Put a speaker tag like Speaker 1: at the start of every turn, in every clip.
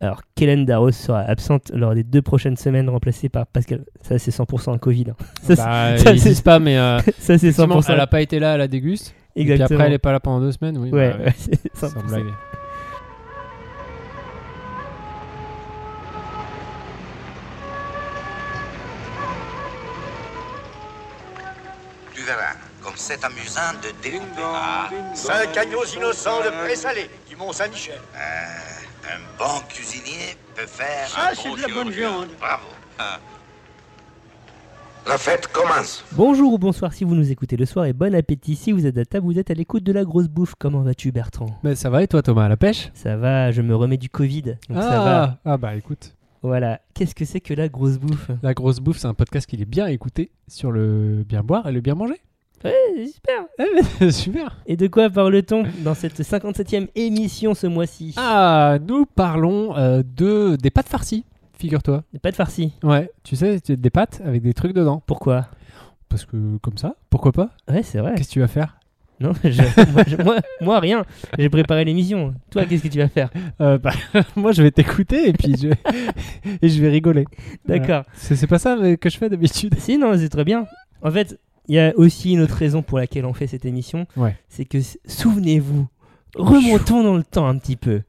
Speaker 1: Alors, Kellen Darroze sera absente lors des deux prochaines semaines, remplacée par Pascal. Ça, c'est 100% un Covid. hein. Ça,
Speaker 2: Bah,
Speaker 1: ça,
Speaker 2: ils
Speaker 1: c'est-
Speaker 2: disent pas, mais euh,
Speaker 1: Ça, c'est
Speaker 2: effectivement,
Speaker 1: 100%.
Speaker 2: elle a pas été là à la déguste. Et puis
Speaker 1: Exactement.
Speaker 2: après, elle est pas là pendant deux semaines. Oui,
Speaker 1: Ouais,
Speaker 2: bah,
Speaker 1: ouais, c'est
Speaker 2: sans
Speaker 1: 100%.
Speaker 2: blague.
Speaker 3: Tu verras, comme c'est amusant de découper. Ah,
Speaker 4: Cinq agneaux innocents de présalé du Mont-Saint-Michel.
Speaker 3: un bon cuisinier peut faire
Speaker 4: Ah,
Speaker 3: un
Speaker 4: c'est
Speaker 3: bon
Speaker 4: de la bonne
Speaker 3: chirurgien.
Speaker 4: viande.
Speaker 3: Bravo. La fête commence.
Speaker 1: Bonjour ou bonsoir si vous nous écoutez le soir et bon appétit si vous êtes à table, vous êtes à l'écoute de la grosse bouffe. Comment vas-tu, Bertrand
Speaker 2: Mais ça va et toi, Thomas, à la pêche
Speaker 1: Ça va, je me remets du Covid. Donc
Speaker 2: ah,
Speaker 1: ça va.
Speaker 2: ah, bah écoute,
Speaker 1: Voilà. Qu'est-ce que c'est que la grosse bouffe
Speaker 2: La Grosse Bouffe, c'est un podcast qui est bien écouté sur le bien boire et le bien manger.
Speaker 1: Ouais, super.
Speaker 2: Super.
Speaker 1: Et de quoi parle-t-on dans cette 57e émission ce mois-ci
Speaker 2: Ah, nous parlons euh, de des pâtes farcies, figure-toi.
Speaker 1: Pas de farci.
Speaker 2: Ouais, tu sais, c'est des pâtes avec des trucs dedans.
Speaker 1: Pourquoi
Speaker 2: Parce que comme ça, pourquoi pas
Speaker 1: Ouais, c'est vrai.
Speaker 2: Qu'est-ce que tu vas faire
Speaker 1: Non, je- moi, je- moi- moi, rien. J'ai préparé l'émission. Toi, qu'est-ce que tu vas faire
Speaker 2: Euh, bah, Moi, je vais t'écouter et puis je... et je vais rigoler. Voilà.
Speaker 1: D'accord.
Speaker 2: C'est c'est pas ça mais, que je fais d'habitude.
Speaker 1: Euh, Si, non, c'est très bien. En fait, il y a aussi une autre raison pour laquelle on fait cette émission.
Speaker 2: Ouais.
Speaker 1: C'est que, s- souvenez-vous, remontons dans le temps un petit peu.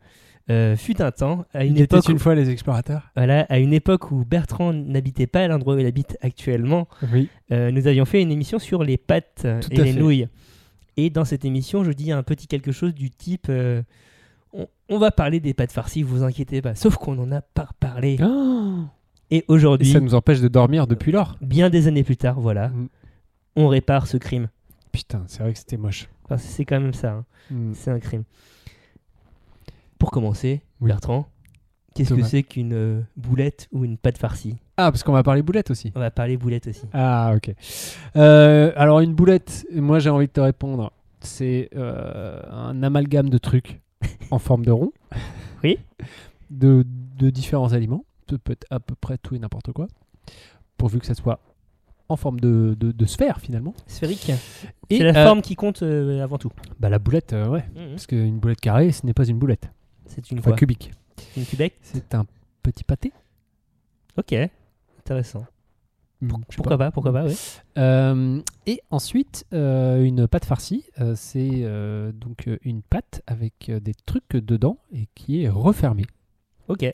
Speaker 1: Euh, fut un temps, à une
Speaker 2: Il était
Speaker 1: époque,
Speaker 2: une
Speaker 1: où-
Speaker 2: fois les explorateurs.
Speaker 1: voilà, à une époque où Bertrand n'habitait pas à l'endroit où il habite actuellement,
Speaker 2: Oui.
Speaker 1: euh, nous avions fait une émission sur les pâtes euh,
Speaker 2: Tout
Speaker 1: et
Speaker 2: à
Speaker 1: les
Speaker 2: fait.
Speaker 1: nouilles. Et dans cette émission, je dis un petit quelque chose du type euh, on, on va parler des pâtes farcies, vous inquiétez pas. Sauf qu'on n'en a pas parlé. Oh, Et
Speaker 2: Ah. et
Speaker 1: aujourd'hui,
Speaker 2: ça nous empêche de dormir depuis lors.
Speaker 1: bien des années plus tard, voilà,
Speaker 2: Mm.
Speaker 1: on répare ce crime.
Speaker 2: Putain, c'est vrai que c'était moche.
Speaker 1: Enfin, c'est quand même ça, hein.
Speaker 2: Mm.
Speaker 1: c'est un crime. Pour commencer,
Speaker 2: Oui.
Speaker 1: Bertrand, qu'est-ce que
Speaker 2: Thomas.
Speaker 1: c'est qu'une euh, boulette ou une pâte farcie
Speaker 2: Ah, parce qu'on va parler boulettes aussi.
Speaker 1: On va parler boulette aussi.
Speaker 2: Ah, ok. Euh, alors, une boulette, moi j'ai envie de te répondre, c'est euh, un amalgame de trucs en forme de rond.
Speaker 1: Oui.
Speaker 2: De, de différents aliments. Ça peut être à peu près tout et n'importe quoi. Pourvu que ça soit en forme de, de- de sphère finalement.
Speaker 1: Sphérique,
Speaker 2: Et,
Speaker 1: c'est la
Speaker 2: euh,
Speaker 1: forme qui compte euh, avant tout.
Speaker 2: Bah, la boulette, euh, ouais.
Speaker 1: Mhm.
Speaker 2: Parce qu'une boulette carrée, ce n'est pas une boulette.
Speaker 1: C'est une
Speaker 2: Enfin,
Speaker 1: quoi
Speaker 2: cubique.
Speaker 1: Une cubette
Speaker 2: C'est un petit pâté.
Speaker 1: Ok, intéressant.
Speaker 2: Mm, je sais
Speaker 1: Pourquoi pas, pourquoi Hmm, pas, ouais.
Speaker 2: Euh, et ensuite, euh, une pâte farcie, euh, c'est euh, donc euh, une pâte avec euh, des trucs dedans et qui est refermée.
Speaker 1: Ok,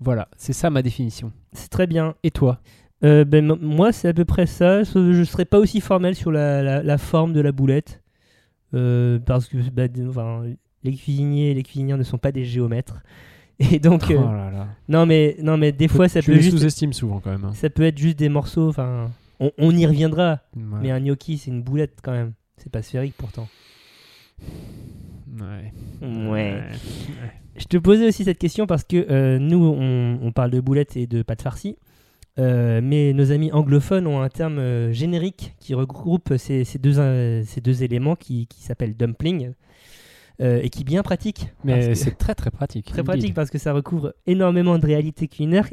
Speaker 2: Voilà, c'est ça ma définition.
Speaker 1: c'est très bien.
Speaker 2: Et toi
Speaker 1: Euh, ben, m- moi, c'est à peu près ça. sauf que Je ne serais pas aussi formel sur la, la- la forme de la boulette. Euh, parce que bah, d- enfin, les cuisiniers et les cuisinières ne sont pas des géomètres. Et donc, euh,
Speaker 2: Oh là là.
Speaker 1: non, mais, non, mais des fois, ça
Speaker 2: tu
Speaker 1: peut,
Speaker 2: les
Speaker 1: juste,
Speaker 2: sous-estimes souvent quand même. hein.
Speaker 1: ça peut être juste des morceaux. Enfin, on, on y reviendra.
Speaker 2: Ouais.
Speaker 1: Mais un gnocchi, c'est une boulette quand même. C'est pas sphérique pourtant.
Speaker 2: Ouais.
Speaker 1: Je te posais aussi cette question parce que euh, nous, on, on parle de boulettes et de pâtes farcies, euh, mais nos amis anglophones ont un terme euh, générique qui regroupe ces, ces deux, euh, ces deux éléments qui, qui s'appelle dumpling euh, et qui est bien pratique. parce
Speaker 2: Mais
Speaker 1: que-
Speaker 2: c'est très très pratique.
Speaker 1: très
Speaker 2: indeed.
Speaker 1: pratique parce que ça recouvre énormément de réalités culinaires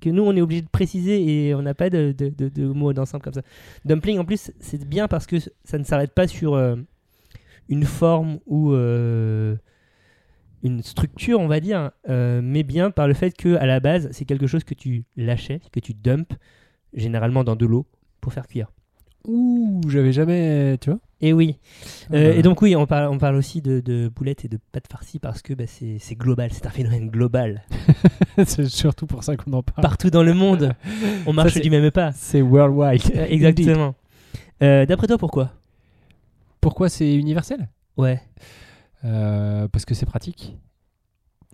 Speaker 1: que nous, on est obligé de préciser et on n'a pas de, de, de- de mots d'ensemble comme ça. Dumpling, en plus, c'est bien parce que ça ne s'arrête pas sur euh, une forme ou euh, une structure, on va dire, euh, mais bien par le fait que à la base, c'est quelque chose que tu lâchais, que tu dumps, généralement dans de l'eau, pour faire cuire.
Speaker 2: Ouh, j'avais jamais. Tu vois
Speaker 1: Et oui.
Speaker 2: Ah
Speaker 1: Euh,
Speaker 2: bah.
Speaker 1: et donc oui, on parle, on parle aussi de, de boulettes et de pâtes farcies parce que bah, c'est c'est global, c'est un phénomène global.
Speaker 2: C'est surtout pour ça qu'on en parle.
Speaker 1: partout dans le monde. On marche
Speaker 2: c'est-
Speaker 1: du même pas.
Speaker 2: C'est worldwide.
Speaker 1: Euh, Exactement. Euh, D'après toi, pourquoi
Speaker 2: Pourquoi c'est universel
Speaker 1: Ouais.
Speaker 2: Euh, Parce que c'est pratique.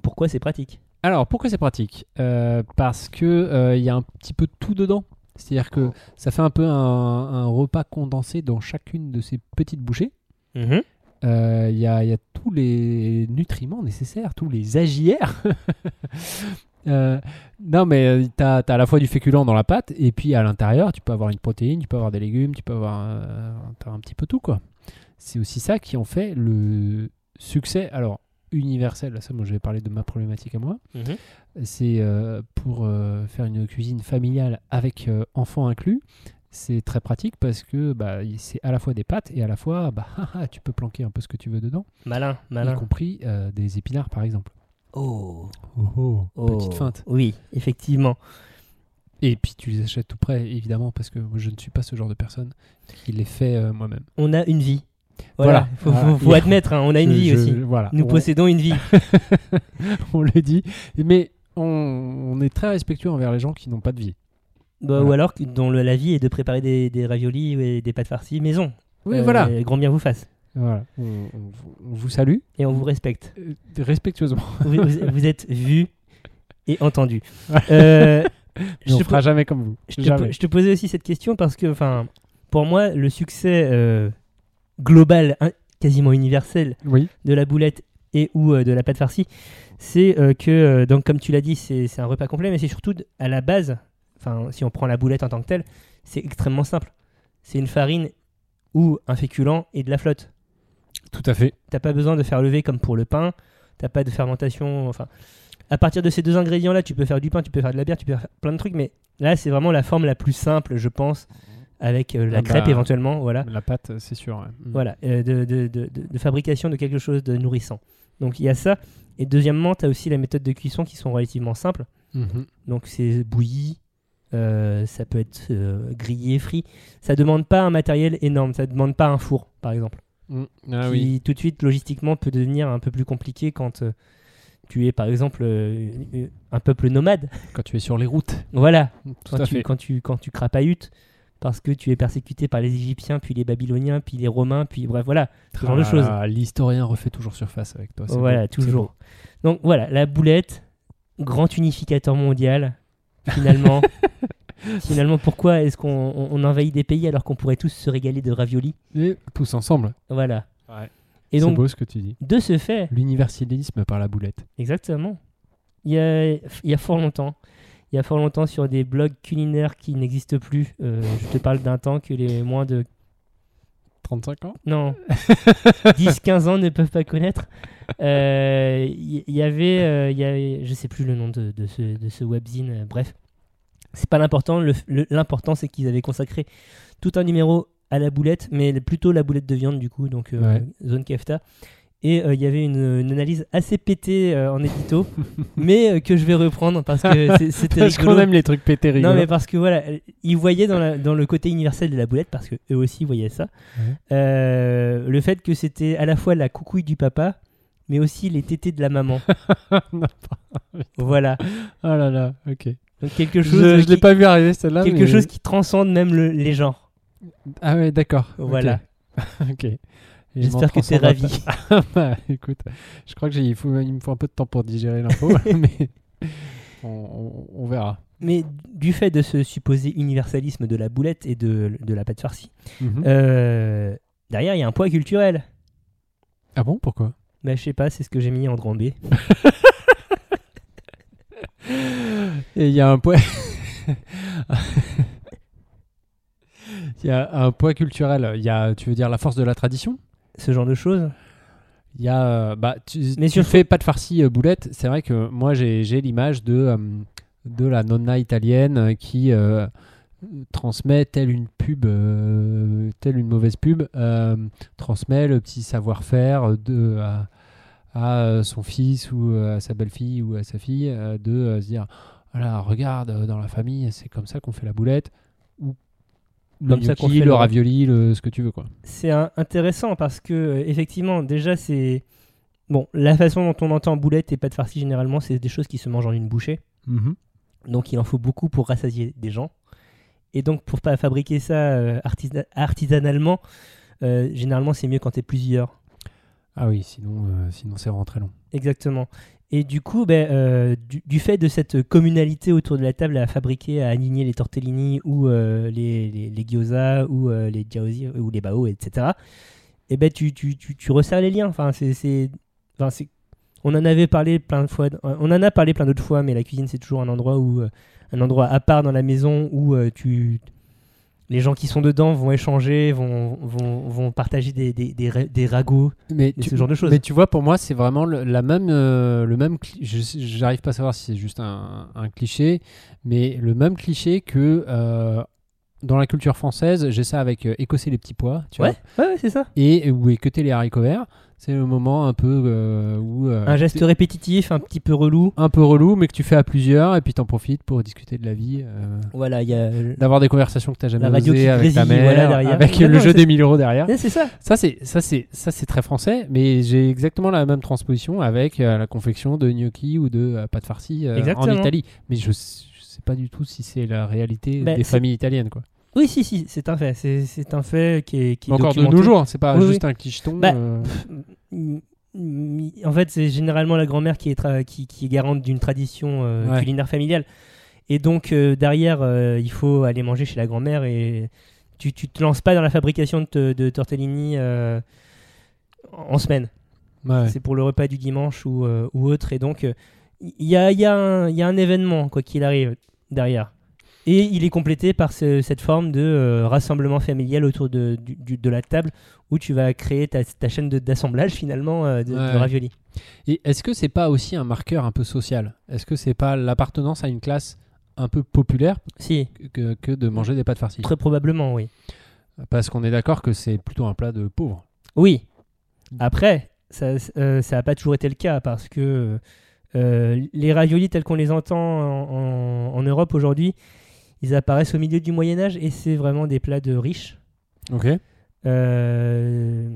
Speaker 1: Pourquoi c'est pratique
Speaker 2: Alors, pourquoi c'est pratique Euh, Parce que euh, il y a un petit peu de tout dedans. C'est-à-dire que ça fait un peu un, un repas condensé dans chacune de ces petites bouchées. Euh, Il y, a, il y a tous les nutriments nécessaires, tous les agières. Euh, non, mais tu as, à la fois du féculent dans la pâte, et puis à l'intérieur, tu peux avoir une protéine, tu peux avoir des légumes, tu peux avoir euh, t'as un petit peu tout. quoi. C'est aussi ça qui en fait le succès. Alors, universel, là, ça, moi, je vais parler de ma problématique à moi c'est euh, pour euh, faire une cuisine familiale avec euh, enfants inclus. C'est très pratique parce que bah, il- c'est à la fois ah, des pâtes et à la fois bah, haha, tu peux planquer un peu ce que tu veux dedans,
Speaker 1: Malin,
Speaker 2: y
Speaker 1: malin.
Speaker 2: compris euh, des épinards par exemple.
Speaker 1: Oh,
Speaker 2: Oh,
Speaker 1: oh.
Speaker 2: Petite feinte.
Speaker 1: Oui, effectivement.
Speaker 2: Et puis tu les achètes tout près, évidemment, parce que moi, je ne suis pas ce genre de personne qui les fait euh, moi-même.
Speaker 1: On a une vie. Voilà,
Speaker 2: Voilà.
Speaker 1: faut,
Speaker 2: Ah,
Speaker 1: faut- faut
Speaker 2: il-
Speaker 1: admettre, hein, on a une
Speaker 2: Je-
Speaker 1: vie
Speaker 2: je-
Speaker 1: aussi.
Speaker 2: Voilà.
Speaker 1: Nous
Speaker 2: On-
Speaker 1: possédons une vie.
Speaker 2: on le dit. Mais on, on est très respectueux envers les gens qui n'ont pas de vie.
Speaker 1: Bah,
Speaker 2: Voilà.
Speaker 1: Ou alors que- dont le- la vie est de préparer des, des raviolis et des pâtes farcies maison.
Speaker 2: Oui,
Speaker 1: Euh,
Speaker 2: voilà.
Speaker 1: Grand bien vous fasse.
Speaker 2: voilà. On, on vous- on vous salue
Speaker 1: Et on vous respecte.
Speaker 2: euh, respectueusement.
Speaker 1: vous, vous- vous êtes vu et entendu.
Speaker 2: Ouais.
Speaker 1: Euh,
Speaker 2: Mais
Speaker 1: je,
Speaker 2: on
Speaker 1: te,
Speaker 2: fera jamais comme vous.
Speaker 1: je te-
Speaker 2: Jamais.
Speaker 1: je te posais aussi cette question parce que, enfin, pour moi, le succès euh, global, hein, quasiment universel,
Speaker 2: Oui.
Speaker 1: de la boulette et ou euh, de la pâte farcie, c'est euh, que, euh, donc comme tu l'as dit, c'est c'est un repas complet, mais c'est surtout d- à la base, enfin si on prend la boulette en tant que telle, c'est extrêmement simple. C'est une farine ou un féculent et de la flotte.
Speaker 2: Tout à fait.
Speaker 1: T'as pas besoin de faire lever comme pour le pain, t'as pas de fermentation, enfin... À partir de ces deux ingrédients-là, tu peux faire du pain, tu peux faire de la bière, tu peux faire plein de trucs, mais là, c'est vraiment la forme la plus simple, je pense, avec euh, la
Speaker 2: Ah bah,
Speaker 1: crêpe éventuellement, voilà
Speaker 2: La pâte, c'est sûr. ouais. Mm.
Speaker 1: voilà, euh, de, de- de- de- de fabrication de quelque chose de nourrissant. Donc il y a ça. Et deuxièmement, tu as aussi les méthodes de cuisson qui sont relativement simples.
Speaker 2: Mhm.
Speaker 1: Donc c'est bouilli, euh, ça peut être euh, grillé, frit. Ça demande pas un matériel énorme, ça demande pas un four, par exemple.
Speaker 2: Mm. Ah
Speaker 1: qui
Speaker 2: oui.
Speaker 1: tout de suite, logistiquement, peut devenir un peu plus compliqué quand euh, tu es, par exemple, euh, euh, un peuple nomade.
Speaker 2: Quand tu es sur les routes.
Speaker 1: voilà,
Speaker 2: Tout
Speaker 1: quand
Speaker 2: à
Speaker 1: tu,
Speaker 2: fait.
Speaker 1: quand tu quand tu crapahutes parce que tu es persécuté par les Égyptiens, puis les Babyloniens, puis les Romains, puis bref, voilà, ce genre de
Speaker 2: Ah
Speaker 1: choses.
Speaker 2: là, L'historien refait toujours surface avec toi. Ah, c'est
Speaker 1: Voilà,
Speaker 2: beau, c'est
Speaker 1: toujours. Donc voilà, la boulette, grand unificateur mondial, finalement. finalement, pourquoi est-ce qu'on on- on envahit des pays alors qu'on pourrait tous se régaler de raviolis
Speaker 2: beau. Et tous ensemble.
Speaker 1: Voilà.
Speaker 2: Ouais.
Speaker 1: Et
Speaker 2: C'est
Speaker 1: donc,
Speaker 2: beau ce que tu dis.
Speaker 1: de ce fait,
Speaker 2: L'universalisme par la boulette.
Speaker 1: exactement, il y a, il y a fort longtemps, il y a fort longtemps sur des blogs culinaires qui n'existent plus, euh, je te parle d'un temps que les moins de
Speaker 2: 35 ans
Speaker 1: non, 10-15 ans ne peuvent pas connaître. Euh, Il y, y avait, euh, il y avait- je sais plus le nom de, de ce, de ce webzine, euh, bref. C'est pas l'important, le- le- l'important c'est qu'ils avaient consacré tout un numéro à la boulette, mais plutôt la boulette de viande du coup, donc euh,
Speaker 2: Ouais.
Speaker 1: zone kefta. Et euh, il y avait une, une analyse assez pétée euh, en édito, mais euh, que je vais reprendre parce que c'est- c'était
Speaker 2: Parce
Speaker 1: rigolo.
Speaker 2: qu'on aime les trucs hein. pétés
Speaker 1: Non,
Speaker 2: rigolos.
Speaker 1: mais parce que voilà, euh, ils voyaient dans, la- dans le côté universel de la boulette, parce que eux aussi voyaient ça,
Speaker 2: Ouais.
Speaker 1: euh, le fait que c'était à la fois la coucouille du papa, mais aussi les tétés de la maman.
Speaker 2: Non.
Speaker 1: voilà.
Speaker 2: Ah là là, ok.
Speaker 1: Donc quelque
Speaker 2: Je-
Speaker 1: chose,
Speaker 2: je
Speaker 1: euh,
Speaker 2: l'ai
Speaker 1: qui,
Speaker 2: pas vu arriver celle-là.
Speaker 1: quelque
Speaker 2: mais-
Speaker 1: chose qui transcende même le- les genres.
Speaker 2: Ah ouais, d'accord. ok.
Speaker 1: Voilà.
Speaker 2: ok. Et je m'en
Speaker 1: J'espère que t'es
Speaker 2: transcende
Speaker 1: ravi.
Speaker 2: pas. Bah, écoute, je crois que j'ai- il, faut, il me faut un peu de temps pour digérer l'info, mais on, on- on verra.
Speaker 1: mais du fait de ce supposé universalisme de la boulette et de, de la pâte farcie,
Speaker 2: Mhm.
Speaker 1: euh, derrière il y a un poids culturel.
Speaker 2: Ah bon, pourquoi
Speaker 1: Bah, je sais pas, c'est ce que j'ai mis en grand B.
Speaker 2: Et il y a un poids. Il y a un poids culturel. Il y a, tu veux dire, la force de la tradition
Speaker 1: Ce genre de choses.
Speaker 2: Il y a. euh, Bah, tu,
Speaker 1: Mais
Speaker 2: tu
Speaker 1: surtout-
Speaker 2: fais pas de farci euh, boulette. C'est vrai que moi, j'ai j'ai l'image de, euh, de la nonna italienne euh, qui euh, transmet, telle une pub, euh, telle une mauvaise pub, euh, transmet le petit savoir-faire de. à- à euh, son fils ou euh, à sa belle-fille ou à sa fille euh, de euh, se dire voilà regarde euh, dans la famille c'est comme ça qu'on fait la boulette ou
Speaker 1: Comme
Speaker 2: le
Speaker 1: ça qu'on
Speaker 2: gnocchi,
Speaker 1: fait
Speaker 2: le
Speaker 1: le-
Speaker 2: ravioli le- ce que tu veux quoi
Speaker 1: c'est un- intéressant parce que euh, effectivement déjà c'est bon la façon dont on entend boulette et pâte farcie généralement c'est des choses qui se mangent en une bouchée Mm-hmm. donc il en faut beaucoup pour rassasier des gens et donc pour pas fabriquer ça euh, artisana- artisanalement euh, généralement c'est mieux quand t'es plusieurs
Speaker 2: ah oui sinon euh, sinon c'est vraiment très long
Speaker 1: exactement et du coup ben, euh, du, du fait de cette communalité autour de la table à fabriquer à aligner les tortellini ou euh, les, les, les gyoza ou euh, les jiaozi ou les bao etc et ben tu, tu, tu, tu resserres les liens. Enfin, c'est, c'est, enfin, c'est- on en avait parlé plein de fois. On en a parlé plein d'autres fois, mais la cuisine c'est toujours un endroit où, euh, un endroit à part dans la maison où euh, tu, les gens qui sont dedans vont échanger, vont, vont, vont partager des, des, des, ra- des ragots.
Speaker 2: mais
Speaker 1: Et ce genre de choses.
Speaker 2: mais tu vois pour moi c'est vraiment le, la même euh, le même cli- je sais- j'arrive pas à savoir si c'est juste un, un cliché mais le même cliché que euh, dans la culture française, j'ai ça avec euh, écosser les petits pois, tu
Speaker 1: Ouais,
Speaker 2: vois,
Speaker 1: ouais, ouais, c'est ça.
Speaker 2: et ou équeuter les haricots verts. C'est le moment un peu euh, où euh,
Speaker 1: Un geste
Speaker 2: t'es
Speaker 1: répétitif, un petit peu relou.
Speaker 2: un peu relou, mais que tu fais à plusieurs, et puis t'en profites pour discuter de la vie, euh,
Speaker 1: Voilà, il y a.
Speaker 2: d'avoir des conversations que t'as jamais
Speaker 1: La radio
Speaker 2: osées
Speaker 1: qui
Speaker 2: avec ta
Speaker 1: grésille,
Speaker 2: mère,
Speaker 1: voilà, derrière.
Speaker 2: avec
Speaker 1: Non,
Speaker 2: le
Speaker 1: non,
Speaker 2: jeu
Speaker 1: c'est-
Speaker 2: des 1000 euros derrière.
Speaker 1: Ouais, c'est ça.
Speaker 2: Ça c'est ça c'est ça c'est très français, mais j'ai exactement la même transposition avec euh, la confection de gnocchi ou de euh, pâte farcie euh, en
Speaker 1: Exactement.
Speaker 2: Italie. Mais je, s- je sais pas du tout si c'est la réalité
Speaker 1: Ben,
Speaker 2: des
Speaker 1: c'est-
Speaker 2: familles italiennes quoi.
Speaker 1: Oui, si, si, c'est un fait. C'est, c'est un fait qui est. Qui est
Speaker 2: Encore de
Speaker 1: documenté.
Speaker 2: nos jours, hein, c'est pas
Speaker 1: Oui,
Speaker 2: juste un clicheton.
Speaker 1: Bah,
Speaker 2: euh,
Speaker 1: Mm, mm, En fait, c'est généralement la grand-mère qui est, tra- qui, qui est garante d'une tradition euh,
Speaker 2: Ouais.
Speaker 1: culinaire familiale. Et donc, euh, derrière, euh, il faut aller manger chez la grand-mère et tu, tu te lances pas dans la fabrication de, te- de tortellini euh, en semaine.
Speaker 2: ouais.
Speaker 1: C'est pour le repas du dimanche ou, euh, ou autre. Et donc, euh, il y, a, il y a un- il y a un événement, quoi qu'il arrive, derrière. Et il est complété par ce- cette forme de euh, rassemblement familial autour de, du- du- de la table où tu vas créer ta, ta chaîne de- d'assemblage finalement euh, de, de
Speaker 2: Ouais.
Speaker 1: ravioli.
Speaker 2: Et est-ce que c'est pas aussi un marqueur un peu social Est-ce que c'est pas l'appartenance à une classe un peu populaire
Speaker 1: Si,
Speaker 2: que, que de manger des pâtes farcies
Speaker 1: très probablement, oui.
Speaker 2: Parce qu'on est d'accord que c'est plutôt un plat de pauvres.
Speaker 1: Oui. Après, ça n'a pas toujours été le cas parce que euh, les raviolis tels qu'on les entend en, en- en Europe aujourd'hui, ils apparaissent au milieu du Moyen Âge et c'est vraiment des plats de riches.
Speaker 2: Ok.
Speaker 1: Euh,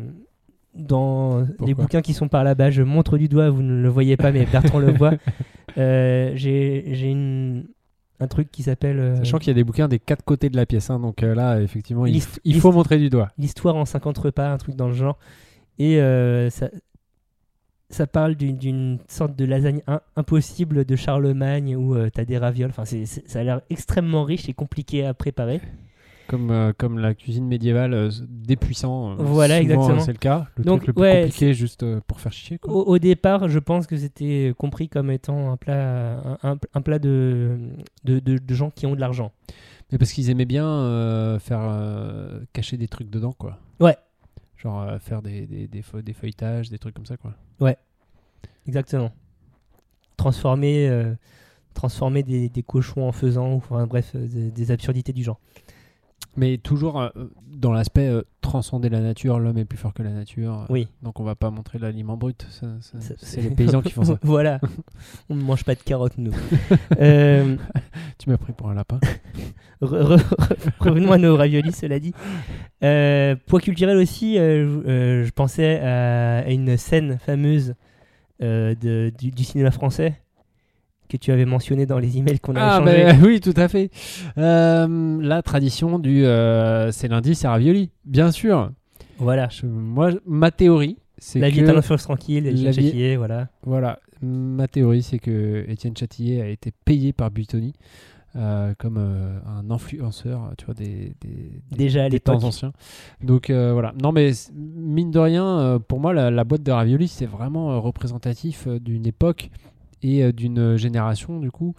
Speaker 1: dans les
Speaker 2: Pourquoi
Speaker 1: bouquins qui sont par là-bas, je montre du doigt, vous ne le voyez pas, mais Bertrand le voit. Euh, J'ai j'ai une- un truc qui s'appelle euh,
Speaker 2: Sachant qu'il y a des bouquins des quatre côtés de la pièce, hein, donc euh, là effectivement il,
Speaker 1: Liste-
Speaker 2: il
Speaker 1: liste-
Speaker 2: faut montrer du doigt.
Speaker 1: L'histoire en 50 repas, un truc dans le genre. Et euh, ça, ça parle d'une- d'une sorte de lasagne im- impossible de Charlemagne où tu t'as des ravioles. Enfin, c'est- c'est- ça a l'air extrêmement riche et compliqué à préparer.
Speaker 2: Comme, euh, comme la cuisine médiévale euh, des puissants. euh,
Speaker 1: Voilà,
Speaker 2: souvent,
Speaker 1: exactement.
Speaker 2: euh, C'est le cas. Le
Speaker 1: Donc,
Speaker 2: truc le plus
Speaker 1: ouais, Oh.
Speaker 2: compliqué, juste euh, pour faire chier. Quoi.
Speaker 1: Au, au départ, je pense que c'était compris comme étant un plat, un, un- un plat de, de, de- de gens qui ont de l'argent.
Speaker 2: Mais parce qu'ils aimaient bien euh, faire euh, cacher des trucs dedans, quoi.
Speaker 1: Ouais.
Speaker 2: Genre euh, faire des, des, des, feu- des feuilletages, des trucs comme ça, quoi.
Speaker 1: Exactement. Transformer, euh, transformer des, des cochons en faisant, ou enfin, bref, euh, des, des absurdités du genre.
Speaker 2: Mais toujours euh, dans l'aspect euh, transcender la nature, l'homme est plus fort que la nature. euh,
Speaker 1: Oui.
Speaker 2: Donc on va pas montrer l'aliment brut. ça- ça-
Speaker 1: Ça-
Speaker 2: C'est les paysans qui font ça.
Speaker 1: voilà. On ne mange pas de carottes, nous. Euh,
Speaker 2: Tu m'as pris pour un lapin.
Speaker 1: re- re- re- revenons à nos raviolis, cela dit. Euh, poids culturel aussi, euh, je- euh, je pensais à à une scène fameuse euh, de- du, du cinéma français que tu avais mentionné dans les emails qu'on a
Speaker 2: Ah
Speaker 1: échangés.
Speaker 2: ben, oui, tout à fait. Euh, la tradition du euh, c'est lundi, c'est ravioli. Bien sûr.
Speaker 1: Voilà.
Speaker 2: Je- moi, je- ma théorie, c'est
Speaker 1: La vie
Speaker 2: que
Speaker 1: est un enfance tranquille, et
Speaker 2: la vie-
Speaker 1: Jacquier, voilà.
Speaker 2: voilà, ma théorie, c'est que Étienne Châtillier a été payé par Butoni euh, comme euh, un influenceur, tu vois, des, des, des-
Speaker 1: Déjà à
Speaker 2: des temps
Speaker 1: l'époque.
Speaker 2: anciens. Donc euh, voilà. Non, mais c- mine de rien, euh, pour moi, la, la boîte de ravioli, c'est vraiment euh, représentatif euh, d'une époque et euh, d'une génération, du coup,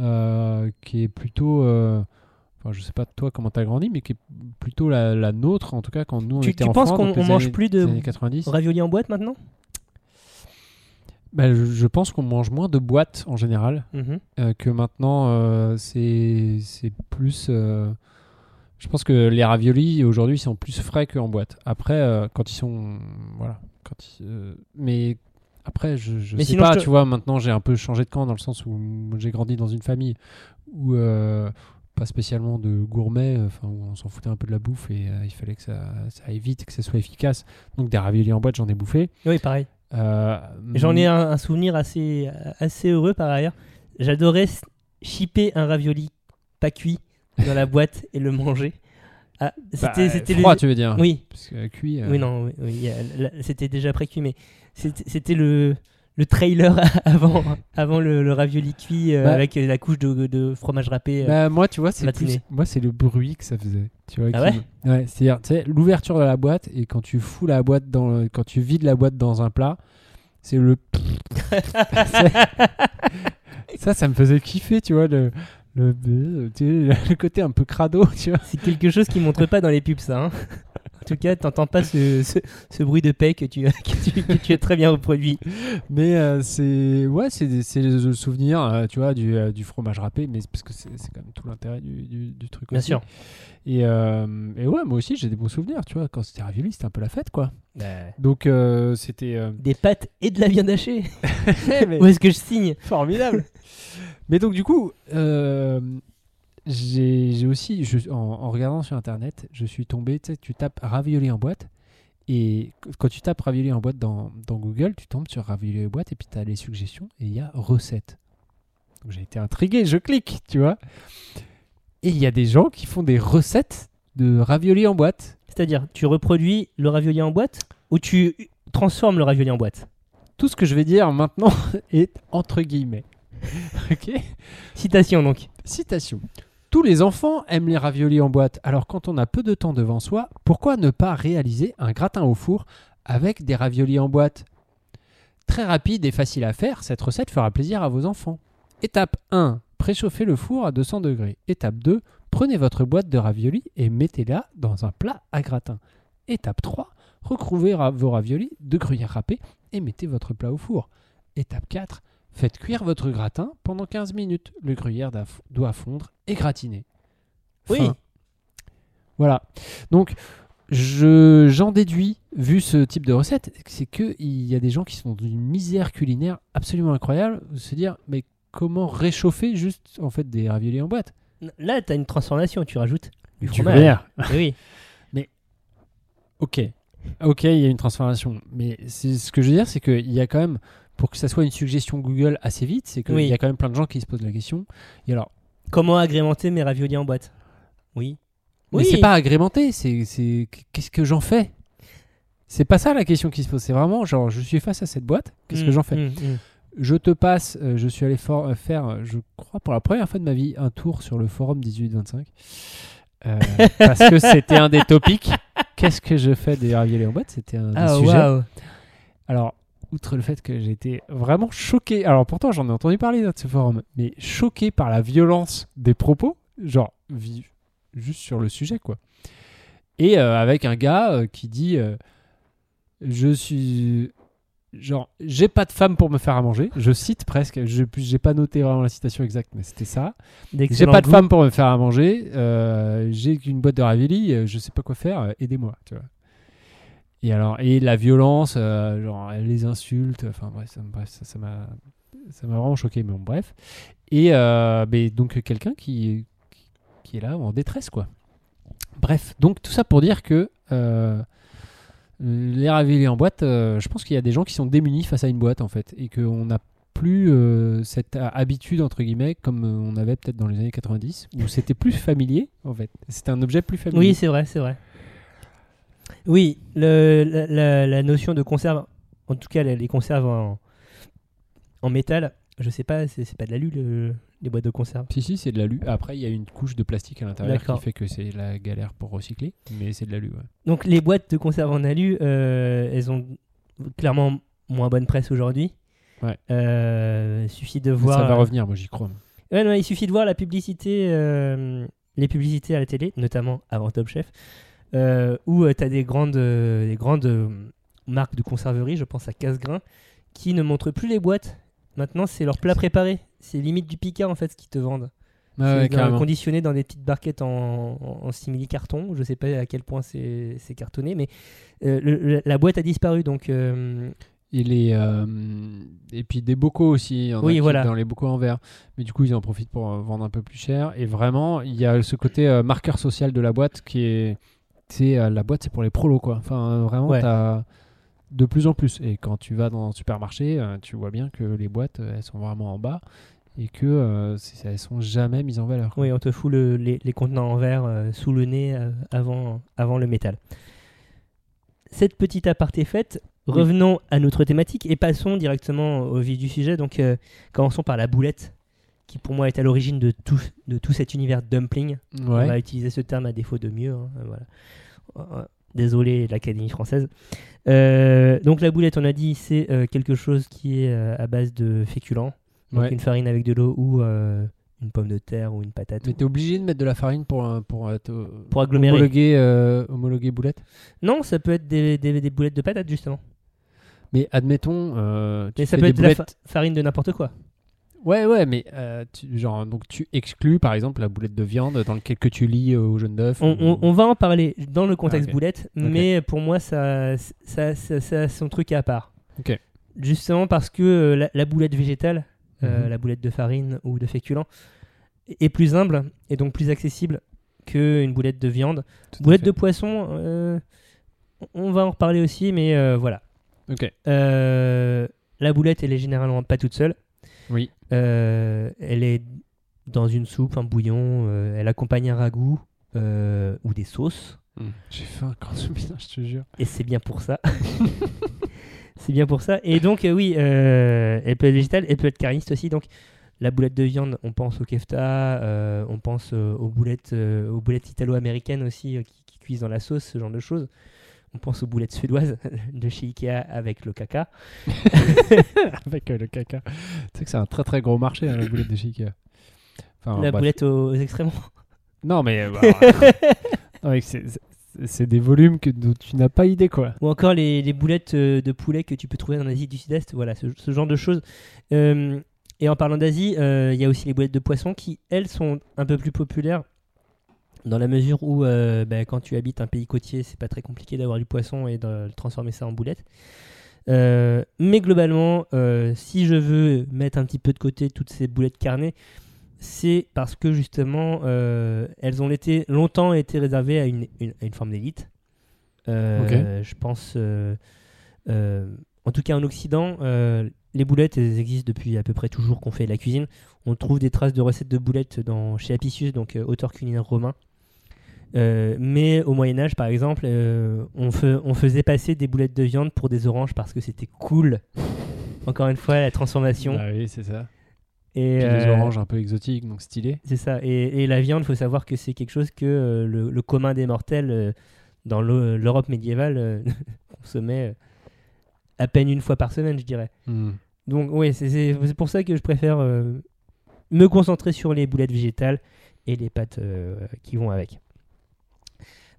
Speaker 2: euh, qui est plutôt. euh, Enfin, je sais pas toi comment t'as grandi, mais qui est plutôt la, la nôtre en tout cas quand nous on
Speaker 1: Tu-
Speaker 2: était
Speaker 1: tu
Speaker 2: enfants.
Speaker 1: penses qu'on-
Speaker 2: donc les
Speaker 1: on mange
Speaker 2: années-
Speaker 1: plus de
Speaker 2: les années 90.
Speaker 1: Ravioli en boîte maintenant
Speaker 2: Bah, je, je pense qu'on mange moins de boîtes en général
Speaker 1: Mhm.
Speaker 2: euh, que maintenant. euh, c'est c'est plus. euh, je pense que les raviolis aujourd'hui sont plus frais qu'en boîte. Après, euh, quand ils sont voilà, quand ils, euh, mais après je, je
Speaker 1: Mais
Speaker 2: sais
Speaker 1: sinon,
Speaker 2: pas.
Speaker 1: je te-
Speaker 2: Tu vois, maintenant j'ai un peu changé de camp dans le sens où moi, j'ai grandi dans une famille où euh, pas spécialement de gourmet, enfin où on s'en foutait un peu de la bouffe et euh, il fallait que ça, ça aille vite, que ça soit efficace. Donc des raviolis en boîte, j'en ai bouffé.
Speaker 1: Oui, pareil.
Speaker 2: Euh,
Speaker 1: J'en ai un, un souvenir assez, assez heureux par ailleurs. J'adorais s- chipper un ravioli pas cuit dans la boîte et le manger. Ah, c'était
Speaker 2: Bah,
Speaker 1: c'était le-
Speaker 2: froid, tu veux dire
Speaker 1: Oui,
Speaker 2: Parce que euh, cuit. euh,
Speaker 1: oui, non, oui, oui, il y a- là, c'était déjà pré-cuit, mais c'était c'était le, le trailer avant, avant le, le ravioli cuit euh,
Speaker 2: Bah.
Speaker 1: avec la couche de, de fromage râpé. euh.
Speaker 2: Bah, moi, tu vois, c'est
Speaker 1: Matiné.
Speaker 2: plus- moi c'est le bruit que ça faisait. Tu vois,
Speaker 1: Ah
Speaker 2: qui- ouais C'est-à-dire, tu sais, l'ouverture de la boîte et quand tu fous la boîte dans, le- quand tu vides la boîte dans un plat, c'est le.
Speaker 1: Bah.
Speaker 2: C'est- ça, ça me faisait kiffer, tu vois le. Le, tu sais, le côté un peu crado, tu vois.
Speaker 1: C'est quelque chose qui montre pas dans les pubs, ça. hein. tout cas, t'entends pas ce, ce- ce bruit de paix que tu, que tu, que tu as très bien reproduit.
Speaker 2: Mais euh, c'est ouais, c'est des- c'est le souvenir, euh, tu vois, du, euh, du fromage râpé, mais c'est parce que c'est c'est quand même tout l'intérêt du, du- du truc.
Speaker 1: Bien
Speaker 2: aussi.
Speaker 1: sûr.
Speaker 2: Et, euh, et ouais, moi aussi, j'ai des bons souvenirs, tu vois. Quand c'était Ravioli, c'était un peu la fête, quoi.
Speaker 1: Bah,
Speaker 2: Donc euh, c'était euh,
Speaker 1: Des pâtes et de la viande hachée.
Speaker 2: mais-
Speaker 1: Où est-ce que je signe
Speaker 2: formidable. mais donc du coup, euh, j'ai j'ai aussi, je- en, en regardant sur internet, je suis tombé. Tu sais, tu tapes Ravioli en boîte. Et qu- quand tu tapes ravioli en boîte dans, dans Google, tu tombes sur ravioli en boîte et puis tu as les suggestions et il y a recettes. Donc j'ai été intrigué, je clique, tu vois. Et il y a des gens qui font des recettes de ravioli en boîte.
Speaker 1: C'est-à-dire, tu reproduis le ravioli en boîte ou tu transformes le ravioli en boîte
Speaker 2: Tout ce que je vais dire maintenant est entre guillemets. Ok
Speaker 1: Citation donc.
Speaker 2: Citation. Tous les enfants aiment les raviolis en boîte, alors quand on a peu de temps devant soi, pourquoi ne pas réaliser un gratin au four avec des raviolis en boîte Très rapide et facile à faire, cette recette fera plaisir à vos enfants. Étape 1. Préchauffez le four à 200 degrés. Étape 2. Prenez votre boîte de raviolis et mettez-la dans un plat à gratin. Étape 3. Recrouvez ra- vos raviolis de gruyère râpée et mettez votre plat au four. Étape 4. Faites cuire votre gratin pendant 15 minutes. Le gruyère daf- doit fondre et gratiner.
Speaker 1: Oui.
Speaker 2: Fin. Voilà. Donc, je- j'en déduis, vu ce type de recette, c'est qu'il y a des gens qui sont dans une misère culinaire absolument incroyable. Se dire, mais comment réchauffer juste en fait des raviolis en boîte
Speaker 1: Là, t'as une transformation, tu rajoutes du
Speaker 2: Du
Speaker 1: fromage.
Speaker 2: gruyère.
Speaker 1: Eh oui.
Speaker 2: Ok. Ok, il y a une transformation. Mais c'est- ce que je veux dire, c'est qu'il y a quand même, pour que ça soit une suggestion Google assez vite, c'est qu'il
Speaker 1: Oui.
Speaker 2: y a quand même plein de gens qui se posent la question. Et alors,
Speaker 1: Comment agrémenter mes raviolis en boîte Oui.
Speaker 2: Mais c'est pas agrémenté, c'est c'est- qu'est-ce que j'en fais C'est pas ça la question qui se pose, c'est vraiment genre je suis face à cette boîte, qu'est-ce que
Speaker 1: Mm,
Speaker 2: j'en fais
Speaker 1: mm, mm.
Speaker 2: Je te passe, euh, je suis allé for- euh, faire, euh, je crois pour la première fois de ma vie, un tour sur le forum 1825 euh, parce que c'était un des topics. Qu'est-ce que je fais des raviolis en boîte C'était un des
Speaker 1: Ah,
Speaker 2: sujets.
Speaker 1: waouh.
Speaker 2: Alors, outre le fait que j'étais vraiment choqué, alors pourtant j'en ai entendu parler dans ce forum, mais choqué par la violence des propos, genre vi- juste sur le sujet quoi. Et euh, avec un gars euh, qui dit euh, Je suis. Genre, j'ai pas de femme pour me faire à manger. Je cite presque, je j'ai pas noté vraiment la citation exacte, mais c'était ça. J'ai
Speaker 1: D'excellents
Speaker 2: pas de
Speaker 1: goûts.
Speaker 2: femme pour me faire à manger. euh, j'ai qu'une boîte de ravioli. euh, je sais pas quoi faire. euh, Aidez-moi, tu vois. Et alors, et la violence, euh, genre les insultes. Enfin bref, ça bref, ça- ça m'a, ça m'a vraiment choqué. Mais bon, bref. Et euh, mais donc quelqu'un qui, qui, qui est là en détresse, quoi. Bref, donc tout ça pour dire que euh, les ravioli en boîte, euh, je pense qu'il y a des gens qui sont démunis face à une boîte en fait, et qu'on n'a plus euh, cette euh, habitude entre guillemets comme euh, on avait peut-être dans les années 90 où c'était plus familier en fait. C'était un objet plus familier.
Speaker 1: Oui, c'est vrai, c'est vrai. Oui, le- la, la- la notion de conserve, en tout cas la- les conserves en, en métal, je sais pas, c'est c'est pas de l'alu le- les boîtes de conserve.
Speaker 2: Si si, c'est de l'alu. Après, il y a une couche de plastique à l'intérieur qui
Speaker 1: D'accord.
Speaker 2: fait que c'est la galère pour recycler, mais c'est de l'alu. Ouais.
Speaker 1: Donc les boîtes de conserve en alu, euh, elles ont clairement moins bonne presse aujourd'hui.
Speaker 2: Ouais.
Speaker 1: Euh, suffit de
Speaker 2: Mais
Speaker 1: voir.
Speaker 2: ça va revenir, moi j'y crois.
Speaker 1: Ouais, non, il suffit de voir la publicité, euh, les publicités à la télé, notamment avant Top Chef, euh, où tu as des grandes, euh, des grandes euh, marques de conserverie, je pense à Cassegrain, qui ne montrent plus les boîtes. Maintenant, c'est leur plat préparé. C'est limite du Picard en fait ce qu'ils te vendent.
Speaker 2: Ah ouais,
Speaker 1: c'est dans-
Speaker 2: carrément.
Speaker 1: conditionné dans des petites barquettes en, en- en simili-carton. Je sais pas à quel point c'est c'est cartonné, mais euh, le- le- la boîte a disparu. Donc, euh,
Speaker 2: Et, les, euh, et puis des bocaux aussi, il y en a
Speaker 1: Oui,
Speaker 2: qui-
Speaker 1: voilà.
Speaker 2: dans les bocaux en verre. Mais du coup, ils en profitent pour euh, vendre un peu plus cher. Et vraiment, il y a ce côté euh, marqueur social de la boîte qui est. c'est, euh, la boîte, c'est pour les prolos, quoi. Enfin, euh, vraiment,
Speaker 1: Ouais.
Speaker 2: t'as de plus en plus. Et quand tu vas dans un supermarché, euh, tu vois bien que les boîtes, euh, elles sont vraiment en bas et que euh, c'est- elles sont jamais mises en valeur. quoi.
Speaker 1: Oui, on te fout le- les, les contenants en verre euh, sous le nez euh, avant, avant le métal. Cette petite aparté faite,
Speaker 2: Oui.
Speaker 1: revenons à notre thématique et passons directement au vif du sujet. Donc, euh, commençons par la boulette, qui pour moi est à l'origine de tout, de tout cet univers dumpling. On
Speaker 2: Ouais.
Speaker 1: va utiliser ce terme à défaut de mieux. hein, voilà. Euh, Désolé, l'Académie française. Euh, donc, la boulette, on a dit, c'est euh, quelque chose qui est euh, à base de féculents, donc
Speaker 2: Ouais.
Speaker 1: une farine avec de l'eau ou euh, une pomme de terre ou une patate.
Speaker 2: Mais t'es obligé de mettre de la farine pour, euh, pour, euh, te-
Speaker 1: Pour agglomérer.
Speaker 2: homologuer, euh, homologuer boulette.
Speaker 1: Non, ça peut être des, des- des boulettes de patates, justement.
Speaker 2: Mais admettons, euh, tu
Speaker 1: Mais ça peut
Speaker 2: fais des
Speaker 1: être de la
Speaker 2: boulettes.
Speaker 1: fa- farine de n'importe quoi.
Speaker 2: Ouais, ouais, mais euh, tu, genre, donc tu exclus par exemple la boulette de viande dans lequel que tu lis euh, au jaune d'œuf.
Speaker 1: On,
Speaker 2: ou-
Speaker 1: on- on va en parler dans le contexte
Speaker 2: Ah, ok.
Speaker 1: boulette, mais pour moi, ça, ça, ça- ça a son truc à part.
Speaker 2: Ok.
Speaker 1: Justement parce que euh, la, la boulette végétale, euh,
Speaker 2: Mhm.
Speaker 1: la boulette de farine ou de féculent, est plus humble et donc plus accessible qu'une boulette de viande.
Speaker 2: Tout à
Speaker 1: Boulette
Speaker 2: fait.
Speaker 1: de poisson, euh, on va en reparler aussi, mais euh, voilà.
Speaker 2: Ok.
Speaker 1: Euh, la boulette, elle est généralement pas toute seule.
Speaker 2: Oui.
Speaker 1: Euh, elle est dans une soupe, un bouillon, euh, elle accompagne un ragoût euh, ou des sauces.
Speaker 2: J'ai faim quand je mélange, je te jure.
Speaker 1: Et c'est bien pour ça. c'est bien pour ça. Et donc, euh, oui, euh, elle peut être végétale, elle peut être carniste aussi. Donc, la boulette de viande, on pense au kefta, euh, on pense euh, aux boulettes, euh, aux boulettes italo-américaines aussi euh, qui, qui cuisent dans la sauce, ce genre de choses. On pense aux boulettes suédoises de chez Ikea avec le caca.
Speaker 2: Avec euh, le caca. Tu sais que c'est un très très gros marché, hein, la boulette de chic. Enfin,
Speaker 1: la
Speaker 2: Ah, bref.
Speaker 1: boulette aux, aux extrêmes.
Speaker 2: Non, mais. euh, bah, non, mais c'est- c'est- c'est des volumes que, dont tu n'as pas idée, quoi.
Speaker 1: Ou encore les, les boulettes euh, de poulet que tu peux trouver en Asie du Sud-Est, voilà, ce, ce genre de choses. Euh, et en parlant d'Asie, euh, il y a aussi les boulettes de poisson qui, elles, sont un peu plus populaires dans la mesure où, euh, bah, quand tu habites un pays côtier, c'est pas très compliqué d'avoir du poisson et de le transformer ça en boulette. Euh, mais globalement, euh, si je veux mettre un petit peu de côté toutes ces boulettes carnées, c'est parce que justement, euh, elles ont été, longtemps été réservées à une, une- à une forme d'élite. Euh, Je pense, euh, euh, en tout cas en Occident, euh, les boulettes elles existent depuis à peu près toujours qu'on fait de la cuisine. On trouve des traces de recettes de boulettes dans, chez Apicius, donc euh, auteur culinaire romain. Euh, mais au Moyen Âge, par exemple, euh, on, fe- on faisait passer des boulettes de viande pour des oranges parce que c'était cool. Encore une fois, la transformation.
Speaker 2: Ah oui, c'est ça.
Speaker 1: Et
Speaker 2: Puis des
Speaker 1: euh,
Speaker 2: oranges un peu exotiques, donc stylées.
Speaker 1: c'est ça. Et, et la viande, il faut savoir que c'est quelque chose que euh, le, le commun des mortels euh, dans l'E- l'Europe médiévale euh, consommait euh, à peine une fois par semaine, je dirais.
Speaker 2: Hmm.
Speaker 1: Donc oui, c'est- c'est c'est pour ça que je préfère euh, me concentrer sur les boulettes végétales et les pâtes euh, qui vont avec.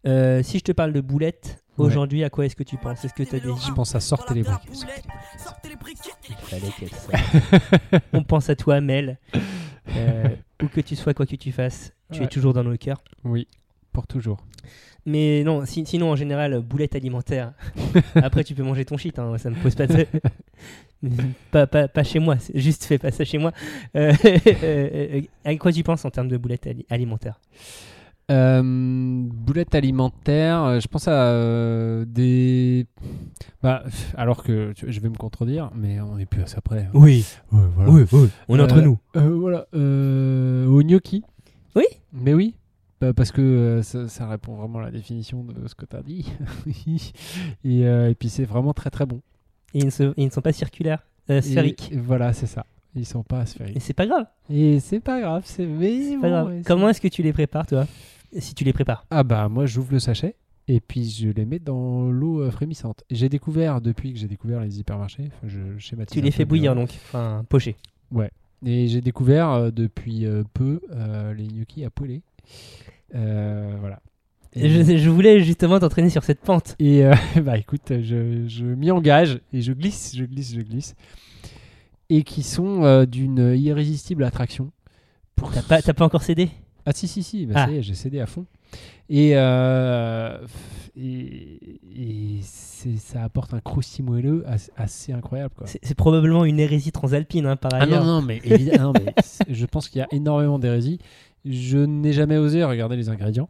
Speaker 1: Euh, si je te parle de boulettes,
Speaker 2: Ouais.
Speaker 1: aujourd'hui, à quoi est-ce que tu penses Est-ce que tu as des...
Speaker 2: Je pense à sortez les briques.
Speaker 1: On pense à toi, Mel. Euh, où que tu sois, quoi que tu fasses, tu es
Speaker 2: Ouais.
Speaker 1: toujours dans nos cœurs.
Speaker 2: Oui, pour toujours.
Speaker 1: Mais non, si- sinon en général, euh, boulette alimentaire. Après, tu peux manger ton shit, hein, ça me pose pas de. pas, pas, pas chez moi, c'est- juste fais pas ça chez moi. Euh, euh, à quoi tu penses en termes de boulette ali- alimentaire
Speaker 2: Euh, boulette alimentaire, euh, je pense à euh, des. Bah, pff, alors que tu- je vais me contredire, mais on n'est plus à ça près. hein.
Speaker 1: Oui,
Speaker 2: Ouais, voilà.
Speaker 1: on
Speaker 2: est entre nous. Euh, voilà. euh, au gnocchi.
Speaker 1: Oui.
Speaker 2: Mais oui. Bah, parce que euh, ça, ça répond vraiment à la définition de ce que tu as dit. et, euh, et puis c'est vraiment très très bon.
Speaker 1: Et ils ne, se- ils ne sont pas circulaires, euh, sphériques.
Speaker 2: Et- et voilà, c'est ça. Ils sont pas
Speaker 1: Mais
Speaker 2: sphériques.
Speaker 1: c'est pas grave,
Speaker 2: Et c'est pas grave, c'est mais
Speaker 1: c'est pas
Speaker 2: bon,
Speaker 1: grave.
Speaker 2: ouais, c'est-
Speaker 1: Comment est-ce que tu les prépares, toi Si tu les prépares.
Speaker 2: Ah bah moi j'ouvre le sachet et puis je les mets dans l'eau euh, frémissante. J'ai découvert depuis que j'ai découvert les hypermarchés, enfin, je schématise.
Speaker 1: Tu
Speaker 2: un
Speaker 1: les
Speaker 2: peu,
Speaker 1: fais
Speaker 2: mais
Speaker 1: bouillir,
Speaker 2: voilà.
Speaker 1: donc, enfin, pocher.
Speaker 2: Et j'ai découvert euh, depuis euh, peu euh, les gnocchis à poêler. Euh, voilà.
Speaker 1: Et Je, je voulais justement t'entraîner sur cette pente.
Speaker 2: Et euh, bah écoute, je, je m'y engage et je glisse, je glisse, je glisse. Et qui sont euh, d'une irrésistible attraction. Pour
Speaker 1: T'as pas, t'as pas encore cédé
Speaker 2: Ah si, si, si, bah,
Speaker 1: Ah.
Speaker 2: ça y est, j'ai cédé à fond. Et, euh, et, et c'est- ça apporte un croustillant moelleux as- assez incroyable. Quoi.
Speaker 1: C'est c'est probablement une hérésie transalpine, hein, par
Speaker 2: Ah
Speaker 1: ailleurs.
Speaker 2: non, non, mais, évidemment, mais c'est- je pense qu'il y a énormément d'hérésie. Je n'ai jamais osé regarder les ingrédients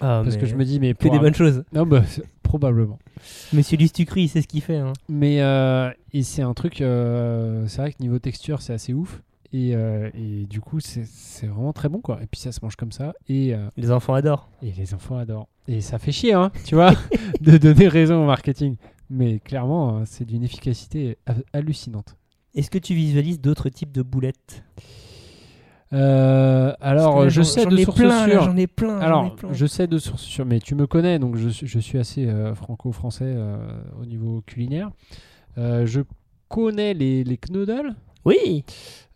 Speaker 1: Ah,
Speaker 2: parce
Speaker 1: mais
Speaker 2: que je me dis, mais
Speaker 1: que
Speaker 2: pour
Speaker 1: des
Speaker 2: un-
Speaker 1: bonnes choses.
Speaker 2: Non, bah, c'est- probablement.
Speaker 1: Monsieur Lustucru, il sait ce qu'il fait. hein.
Speaker 2: Mais euh, et c'est un truc, euh, c'est vrai que niveau texture, c'est assez ouf. Et, euh, et du coup, c'est c'est vraiment très bon, quoi. Et puis ça se mange comme ça. Et, euh,
Speaker 1: Les enfants adorent.
Speaker 2: et les enfants adorent. Et ça fait chier, hein, tu vois, de donner raison au marketing. Mais clairement, euh, c'est d'une efficacité ha- hallucinante.
Speaker 1: Est-ce que tu visualises d'autres types de boulettes
Speaker 2: Euh, alors,
Speaker 1: Parce que là,
Speaker 2: je
Speaker 1: j'en-
Speaker 2: sais
Speaker 1: j'en
Speaker 2: de
Speaker 1: ai
Speaker 2: sources
Speaker 1: plein, là,
Speaker 2: sûres.
Speaker 1: J'en ai plein. j'en ai
Speaker 2: Alors,
Speaker 1: plein.
Speaker 2: je sais de sources sûres, mais tu me connais, donc je, suis- je suis assez euh, franco-français euh, au niveau culinaire. Euh, je connais les, les knödel,
Speaker 1: Oui,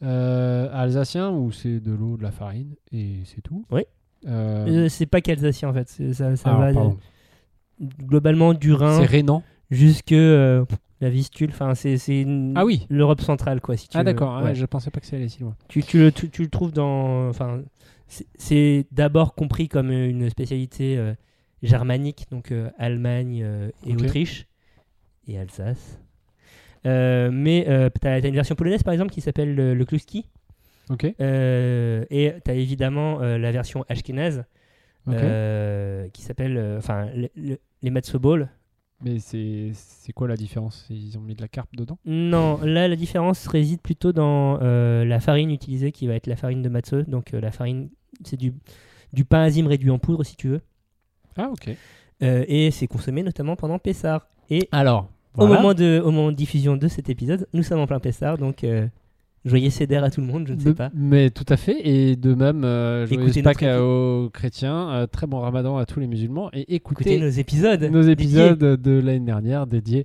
Speaker 2: Euh, alsacien où c'est de l'eau, de la farine et c'est tout.
Speaker 1: Oui.
Speaker 2: Euh,
Speaker 1: Euh, c'est pas qu'alsacien en fait. C'est- Ça, ça
Speaker 2: alors,
Speaker 1: va
Speaker 2: pardon.
Speaker 1: euh, globalement du Rhin
Speaker 2: C'est Rénan.
Speaker 1: jusque euh, la Vistule. Enfin, c'est c'est une-
Speaker 2: Ah oui.
Speaker 1: l'Europe centrale quoi. Si tu
Speaker 2: Ah
Speaker 1: veux.
Speaker 2: d'accord, ah,
Speaker 1: Ouais.
Speaker 2: je pensais pas que ça allait si loin.
Speaker 1: Tu, tu le, tu, tu le trouves dans. Enfin, c'est- c'est d'abord compris comme une spécialité euh, germanique, donc euh, Allemagne euh, et
Speaker 2: Ok.
Speaker 1: Autriche et Alsace. Euh, mais tu as, une version polonaise par exemple qui s'appelle le, le kluski.
Speaker 2: Ok.
Speaker 1: Euh, et tu as évidemment euh, la version ashkénaze
Speaker 2: ok.
Speaker 1: euh, qui s'appelle. euh, Enfin, le- le- les matsobol.
Speaker 2: Mais c'est c'est quoi la différence Ils ont mis de la carpe dedans
Speaker 1: Non, là la différence réside plutôt dans euh, la farine utilisée qui va être la farine de matzeux. Donc euh, la farine, c'est du, du pain azim réduit en poudre si tu veux.
Speaker 2: Ah ok.
Speaker 1: Euh, et c'est consommé notamment pendant Pessar. Et
Speaker 2: Alors,
Speaker 1: au, moment de, au moment de diffusion de cet épisode, nous sommes en plein Pessar. Donc euh, joyeux cédère à tout le monde, je ne sais pas.
Speaker 2: Mais tout à fait. Et de même, euh,
Speaker 1: Écoutez
Speaker 2: je
Speaker 1: notre
Speaker 2: Pâques
Speaker 1: épi-
Speaker 2: aux chrétiens, euh, très bon ramadan à tous les musulmans et
Speaker 1: Écoutez
Speaker 2: écoutez,
Speaker 1: nos épisodes.
Speaker 2: nos
Speaker 1: dédiés.
Speaker 2: épisodes de l'année dernière dédiés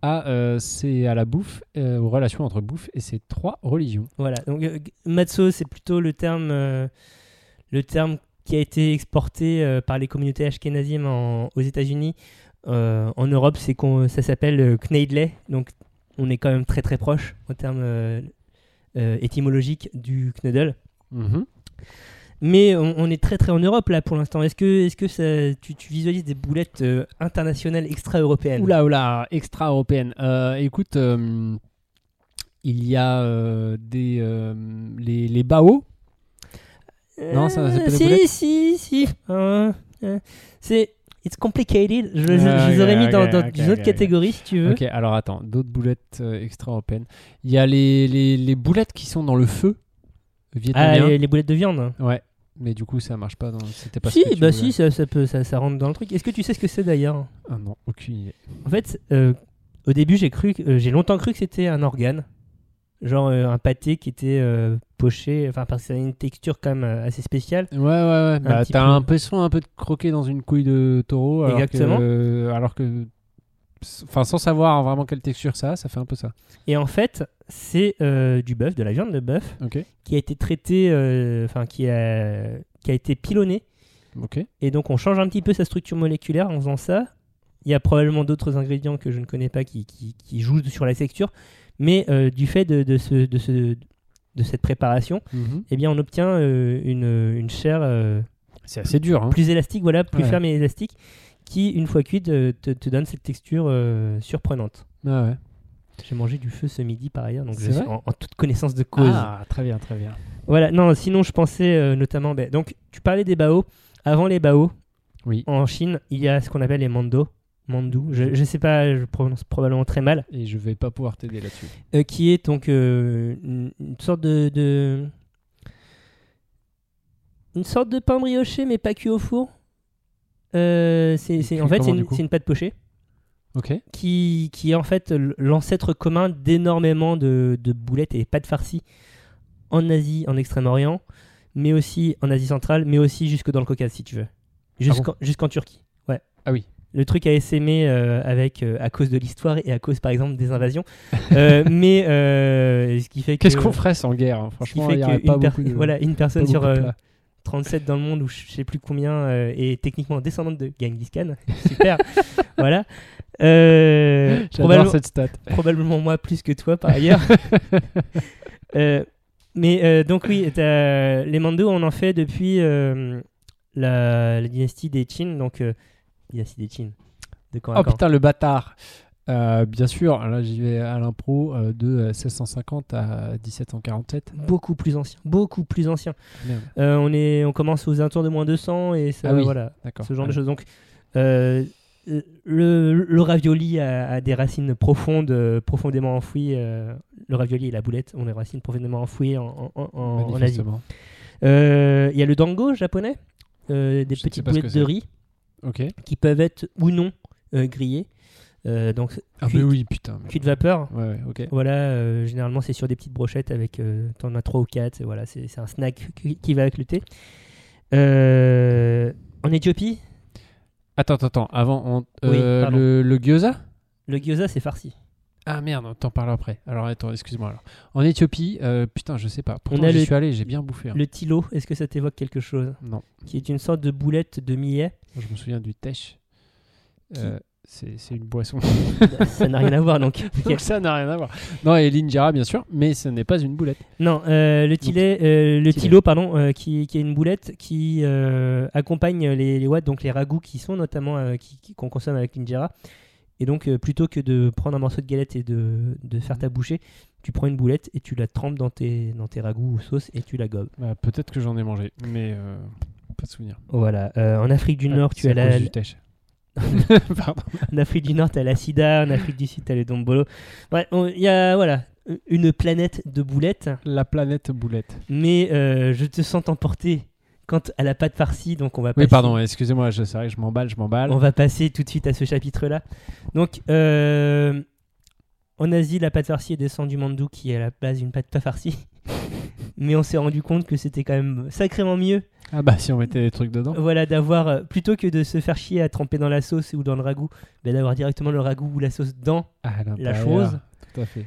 Speaker 2: à, euh, c'est à la bouffe, euh, aux relations entre bouffe et ces trois religions.
Speaker 1: Voilà, donc euh, g- matzo, c'est plutôt le terme, euh, le terme qui a été exporté euh, par les communautés ashkénazim en- aux États-Unis. Euh, en Europe, c'est qu'on, ça s'appelle euh, kneidley, donc on est quand même très très proche en termes euh, euh, étymologiques du knuddle. Mhm. Mais on, on est très très en Europe là pour l'instant. Est-ce que, est-ce que ça- tu, tu visualises des boulettes euh, internationales extra-européennes
Speaker 2: Oula, oula, extra-européenne. Euh, écoute, euh, il y a euh, des, euh, les, les bao. Non, ça, c'est pas des
Speaker 1: Euh, si,
Speaker 2: boulettes
Speaker 1: si, si, Euh, euh, c'est. It's complicated. Je, les-
Speaker 2: Ah,
Speaker 1: je les
Speaker 2: ok,
Speaker 1: aurais mis dans,
Speaker 2: ok,
Speaker 1: dans
Speaker 2: ok,
Speaker 1: une autre
Speaker 2: ok, ok.
Speaker 1: catégorie si tu veux.
Speaker 2: Ok, alors attends, d'autres boulettes euh, extra-européennes. Il y a les, les, les boulettes qui sont dans le feu
Speaker 1: Ah,
Speaker 2: vietnamien.
Speaker 1: les, les boulettes de viande.
Speaker 2: Ouais, mais du coup, ça marche pas. Dans... C'était pas ce
Speaker 1: Si,
Speaker 2: que tu
Speaker 1: bah
Speaker 2: voulais.
Speaker 1: si, ça, ça peut, ça, ça rentre dans le truc. Est-ce que tu sais ce que c'est d'ailleurs
Speaker 2: Ah non, aucune idée.
Speaker 1: En fait, euh, au début, j'ai cru, que- euh, j'ai longtemps cru que c'était un organe, genre euh, un pâté qui était euh, poché, enfin parce que ça a une texture quand même euh, assez spéciale.
Speaker 2: Ouais, ouais, ouais. Bah,
Speaker 1: petit
Speaker 2: t'as
Speaker 1: peu.
Speaker 2: l'impression un peu de croquer dans une couille de taureau. Alors
Speaker 1: Exactement.
Speaker 2: Que, alors que. Enfin, sans savoir vraiment quelle texture ça a, ça fait un peu ça.
Speaker 1: Et en fait, c'est euh, du bœuf, de la viande de bœuf,
Speaker 2: Ok.
Speaker 1: qui a été traité, euh, enfin qui a, qui a été pilonné
Speaker 2: Ok.
Speaker 1: Et donc on change un petit peu sa structure moléculaire en faisant ça. Il y a probablement d'autres ingrédients que je ne connais pas qui, qui- qui jouent sur la texture. Mais euh, du fait de, de ce- de ce- de cette préparation, eh bien, on obtient euh, une, une chair euh,
Speaker 2: C'est assez dur. Hein.
Speaker 1: plus élastique, voilà, plus
Speaker 2: Ouais.
Speaker 1: ferme et élastique, qui, une fois cuite, euh, te, te donne cette texture euh, surprenante.
Speaker 2: Ah ouais.
Speaker 1: J'ai mangé du feu ce midi par ailleurs, donc
Speaker 2: C'est
Speaker 1: je suis
Speaker 2: vrai
Speaker 1: en, en toute connaissance de cause.
Speaker 2: Ah, très bien, très bien.
Speaker 1: Voilà, non, sinon je pensais euh, notamment. ben, donc, tu parlais des bao. Avant les bao,
Speaker 2: Oui.
Speaker 1: en Chine, il y a ce qu'on appelle les mando. Mandou, je, je sais pas, je prononce probablement très mal.
Speaker 2: Et je vais pas pouvoir t'aider là-dessus.
Speaker 1: euh, qui est donc euh, une, une sorte de, de- Une sorte de pain brioché, mais pas cuit au four. Euh, c'est, c'est- en fait,
Speaker 2: Cuit
Speaker 1: c'est
Speaker 2: comment,
Speaker 1: une,
Speaker 2: du coup
Speaker 1: c'est une pâte pochée
Speaker 2: Ok.
Speaker 1: qui, qui est en fait l- l'ancêtre commun d'énormément de, de boulettes et pâtes farcies en Asie, en Extrême-Orient, mais aussi en Asie centrale, mais aussi jusque dans le Caucase si tu veux. Jusqu'en, jusqu'en Turquie. Ouais.
Speaker 2: Ah oui.
Speaker 1: Le truc a essaimé euh, avec, euh, à cause de l'histoire et à cause par exemple des invasions. Euh, mais euh, ce qui fait que.
Speaker 2: Qu'est-ce qu'on ferait sans guerre
Speaker 1: ce
Speaker 2: hein
Speaker 1: qui
Speaker 2: Franchement,
Speaker 1: fait
Speaker 2: il y aurait
Speaker 1: que
Speaker 2: pas
Speaker 1: une per-
Speaker 2: beaucoup de.
Speaker 1: voilà, une
Speaker 2: pas
Speaker 1: personne
Speaker 2: beaucoup
Speaker 1: sur
Speaker 2: de
Speaker 1: euh,
Speaker 2: plats.
Speaker 1: 37 dans le monde ou je sais plus combien euh, est techniquement descendante de Genghis Khan. Super. voilà. Euh,
Speaker 2: J'adore
Speaker 1: probable-
Speaker 2: cette stat.
Speaker 1: probablement moi plus que toi par ailleurs.
Speaker 2: oh,
Speaker 1: Euh, mais euh, donc oui, t'as- les Mando, on en fait depuis euh, la, la dynastie des Qin, donc euh, dynastie des Qin. De quand à
Speaker 2: Oh
Speaker 1: quand.
Speaker 2: putain, le bâtard Euh, Bien sûr, là j'y vais à l'impro euh, de euh, 1650 à 1747.
Speaker 1: Beaucoup plus ancien, beaucoup plus ancien.
Speaker 2: Merde,
Speaker 1: Euh, on est, on commence aux alentours de moins 200 et ça,
Speaker 2: Ah oui.
Speaker 1: voilà,
Speaker 2: d'accord.
Speaker 1: ce genre
Speaker 2: Ouais.
Speaker 1: de choses. Donc euh, le, le ravioli a, a des racines profondes, euh, profondément enfouies. euh, le ravioli et la boulette ont des racines profondément enfouies en- en- en- en Asie.
Speaker 2: Manifestement.
Speaker 1: Euh, Il y a le dango japonais, euh, des
Speaker 2: Je ne sais
Speaker 1: petites
Speaker 2: pas ce que
Speaker 1: boulettes
Speaker 2: c'est.
Speaker 1: de riz
Speaker 2: Ok.
Speaker 1: qui peuvent être ou non euh, grillées. Euh, donc,
Speaker 2: Ah,
Speaker 1: cuite,
Speaker 2: mais oui, putain. mais-
Speaker 1: cuite vapeur.
Speaker 2: Ouais, ouais, ok.
Speaker 1: Voilà, euh, généralement c'est sur des petites brochettes avec. euh, T'en as 3 ou 4. Voilà, c'est c'est un snack qui, qui va avec le thé. Euh, en Éthiopie,
Speaker 2: Attends, attends, attends. Avant, on-
Speaker 1: Oui,
Speaker 2: euh,
Speaker 1: pardon.
Speaker 2: le, le gyoza
Speaker 1: le gyoza c'est farci.
Speaker 2: Ah merde, on t'en parle après. Alors attends, excuse-moi. Alors. En Éthiopie, euh, putain, je sais pas. Pourtant,
Speaker 1: a
Speaker 2: j'y
Speaker 1: le-
Speaker 2: suis allé, j'ai bien bouffé. hein.
Speaker 1: Le tilo, est-ce que ça t'évoque quelque chose
Speaker 2: Non,
Speaker 1: Qui est une sorte de boulette de millet.
Speaker 2: je me souviens du tesh. Euh, c'est c'est une boisson.
Speaker 1: Bah, ça n'a rien à voir donc. Ok.
Speaker 2: Donc ça n'a rien à voir. Non, et l'injera, bien sûr, mais ce n'est pas une boulette.
Speaker 1: Non, euh, le tilet, euh, le
Speaker 2: Tilet.
Speaker 1: tilo, pardon, euh, qui, qui est une boulette qui euh, accompagne les, les watts, donc les ragoûts qui sont notamment euh, qui- qui- qu'on consomme avec l'injera. Et donc, euh, plutôt que de prendre un morceau de galette et de, de faire ta bouchée, tu prends une boulette et tu la trempes dans tes, dans tes ragoûts ou sauces et tu la gobes.
Speaker 2: Bah, Peut-être que j'en ai mangé, mais euh, pas de souvenir.
Speaker 1: Voilà. Euh, en Afrique du Nord, tu
Speaker 2: C'est
Speaker 1: as
Speaker 2: à
Speaker 1: la,
Speaker 2: cause du tesh. Pardon.
Speaker 1: en Afrique du Nord, t'as la sida, en Afrique du Sud, t'as le dombolo. Ouais, on- il y a voilà une planète de boulettes.
Speaker 2: La planète boulette.
Speaker 1: Mais euh, je te sens t'emporter quant à la pâte farcie, donc on va
Speaker 2: Oui,
Speaker 1: passer-
Speaker 2: pardon, excusez-moi, je- c'est vrai que je m'emballe, je m'emballe.
Speaker 1: On va passer tout de suite à ce chapitre-là. Donc, euh, en Asie, la pâte farcie descend du mandou qui est à la base d'une pâte pas farcie. Mais on s'est rendu compte que c'était quand même sacrément mieux,
Speaker 2: Ah bah si on mettait des trucs dedans.
Speaker 1: voilà, d'avoir euh, plutôt que de se faire chier à tremper dans la sauce ou dans le ragoût, ben, d'avoir directement le ragoût ou la sauce dans.
Speaker 2: Ah, à l'intérieur,
Speaker 1: chose.
Speaker 2: Tout à fait.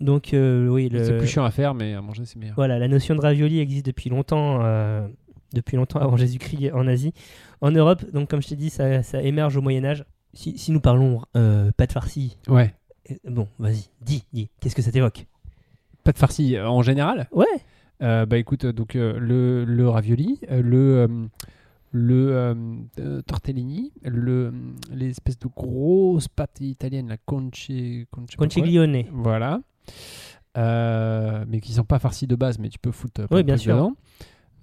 Speaker 1: Donc euh, oui, le-
Speaker 2: C'est plus chiant à faire, mais à manger c'est meilleur.
Speaker 1: Voilà, la notion de ravioli existe depuis longtemps, euh, depuis longtemps avant Jésus-Christ en Asie. En Europe, donc comme je t'ai dit, ça, ça émerge au Moyen Âge. Si, si nous parlons euh, pâte farcie,
Speaker 2: Ouais.
Speaker 1: euh, bon, vas-y, dis, dis, qu'est-ce que ça t'évoque
Speaker 2: Pas de farci euh, en général.
Speaker 1: Ouais.
Speaker 2: Euh, bah écoute, euh, donc euh, le, le ravioli, euh, le euh, le euh, euh, tortellini, le euh, l'espèce de grosse pâte italienne, la conche conche-
Speaker 1: Conchiglione.
Speaker 2: Voilà. Euh, mais qui sont pas farcis de base, mais tu peux foutre euh,
Speaker 1: Oui,
Speaker 2: plein de
Speaker 1: bien
Speaker 2: trucs
Speaker 1: sûr.
Speaker 2: dedans.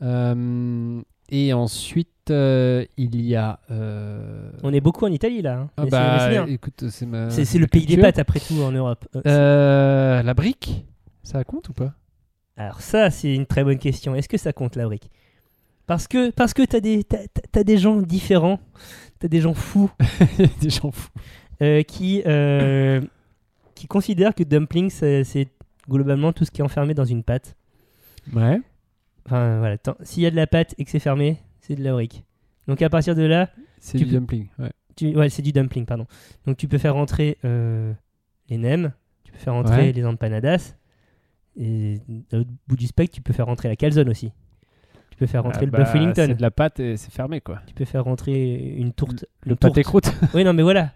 Speaker 2: Euh, et ensuite, euh, il y a. euh,
Speaker 1: On est beaucoup en Italie là. hein.
Speaker 2: ah
Speaker 1: Mais c'est-
Speaker 2: bah,
Speaker 1: mais c'est bien.
Speaker 2: écoute, c'est ma-
Speaker 1: C'est- c'est
Speaker 2: ma
Speaker 1: le pays des
Speaker 2: culture.
Speaker 1: pâtes après tout en Europe. Euh,
Speaker 2: Euh, la brique, ça compte ou pas
Speaker 1: Alors ça, c'est une très bonne question. Est-ce que ça compte la brique Parce que parce que t'as des t'as- t'as- t'as des gens différents, t'as des gens fous
Speaker 2: Des gens fous.
Speaker 1: euh, qui, euh, qui considère que dumpling, c'est c'est globalement tout ce qui est enfermé dans une pâte.
Speaker 2: Ouais.
Speaker 1: Enfin, voilà. tant- S'il y a de la pâte et que c'est fermé, c'est de la brique. Donc, à partir de là,
Speaker 2: C'est
Speaker 1: Tu
Speaker 2: du
Speaker 1: peux-
Speaker 2: dumpling. Ouais.
Speaker 1: tu... ouais, c'est du dumpling, pardon. Donc, tu peux faire rentrer euh, les nems, tu peux faire rentrer
Speaker 2: Ouais.
Speaker 1: les empanadas, et à l'autre bout du spectre, tu peux faire rentrer la calzone aussi. Tu peux faire rentrer
Speaker 2: Ah
Speaker 1: le
Speaker 2: bah,
Speaker 1: bœuf Wellington,
Speaker 2: C'est de la pâte et c'est fermé quoi.
Speaker 1: tu peux faire rentrer une tourte.
Speaker 2: Le
Speaker 1: une
Speaker 2: pâté
Speaker 1: tourte.
Speaker 2: croûte.
Speaker 1: Oui, non, mais voilà.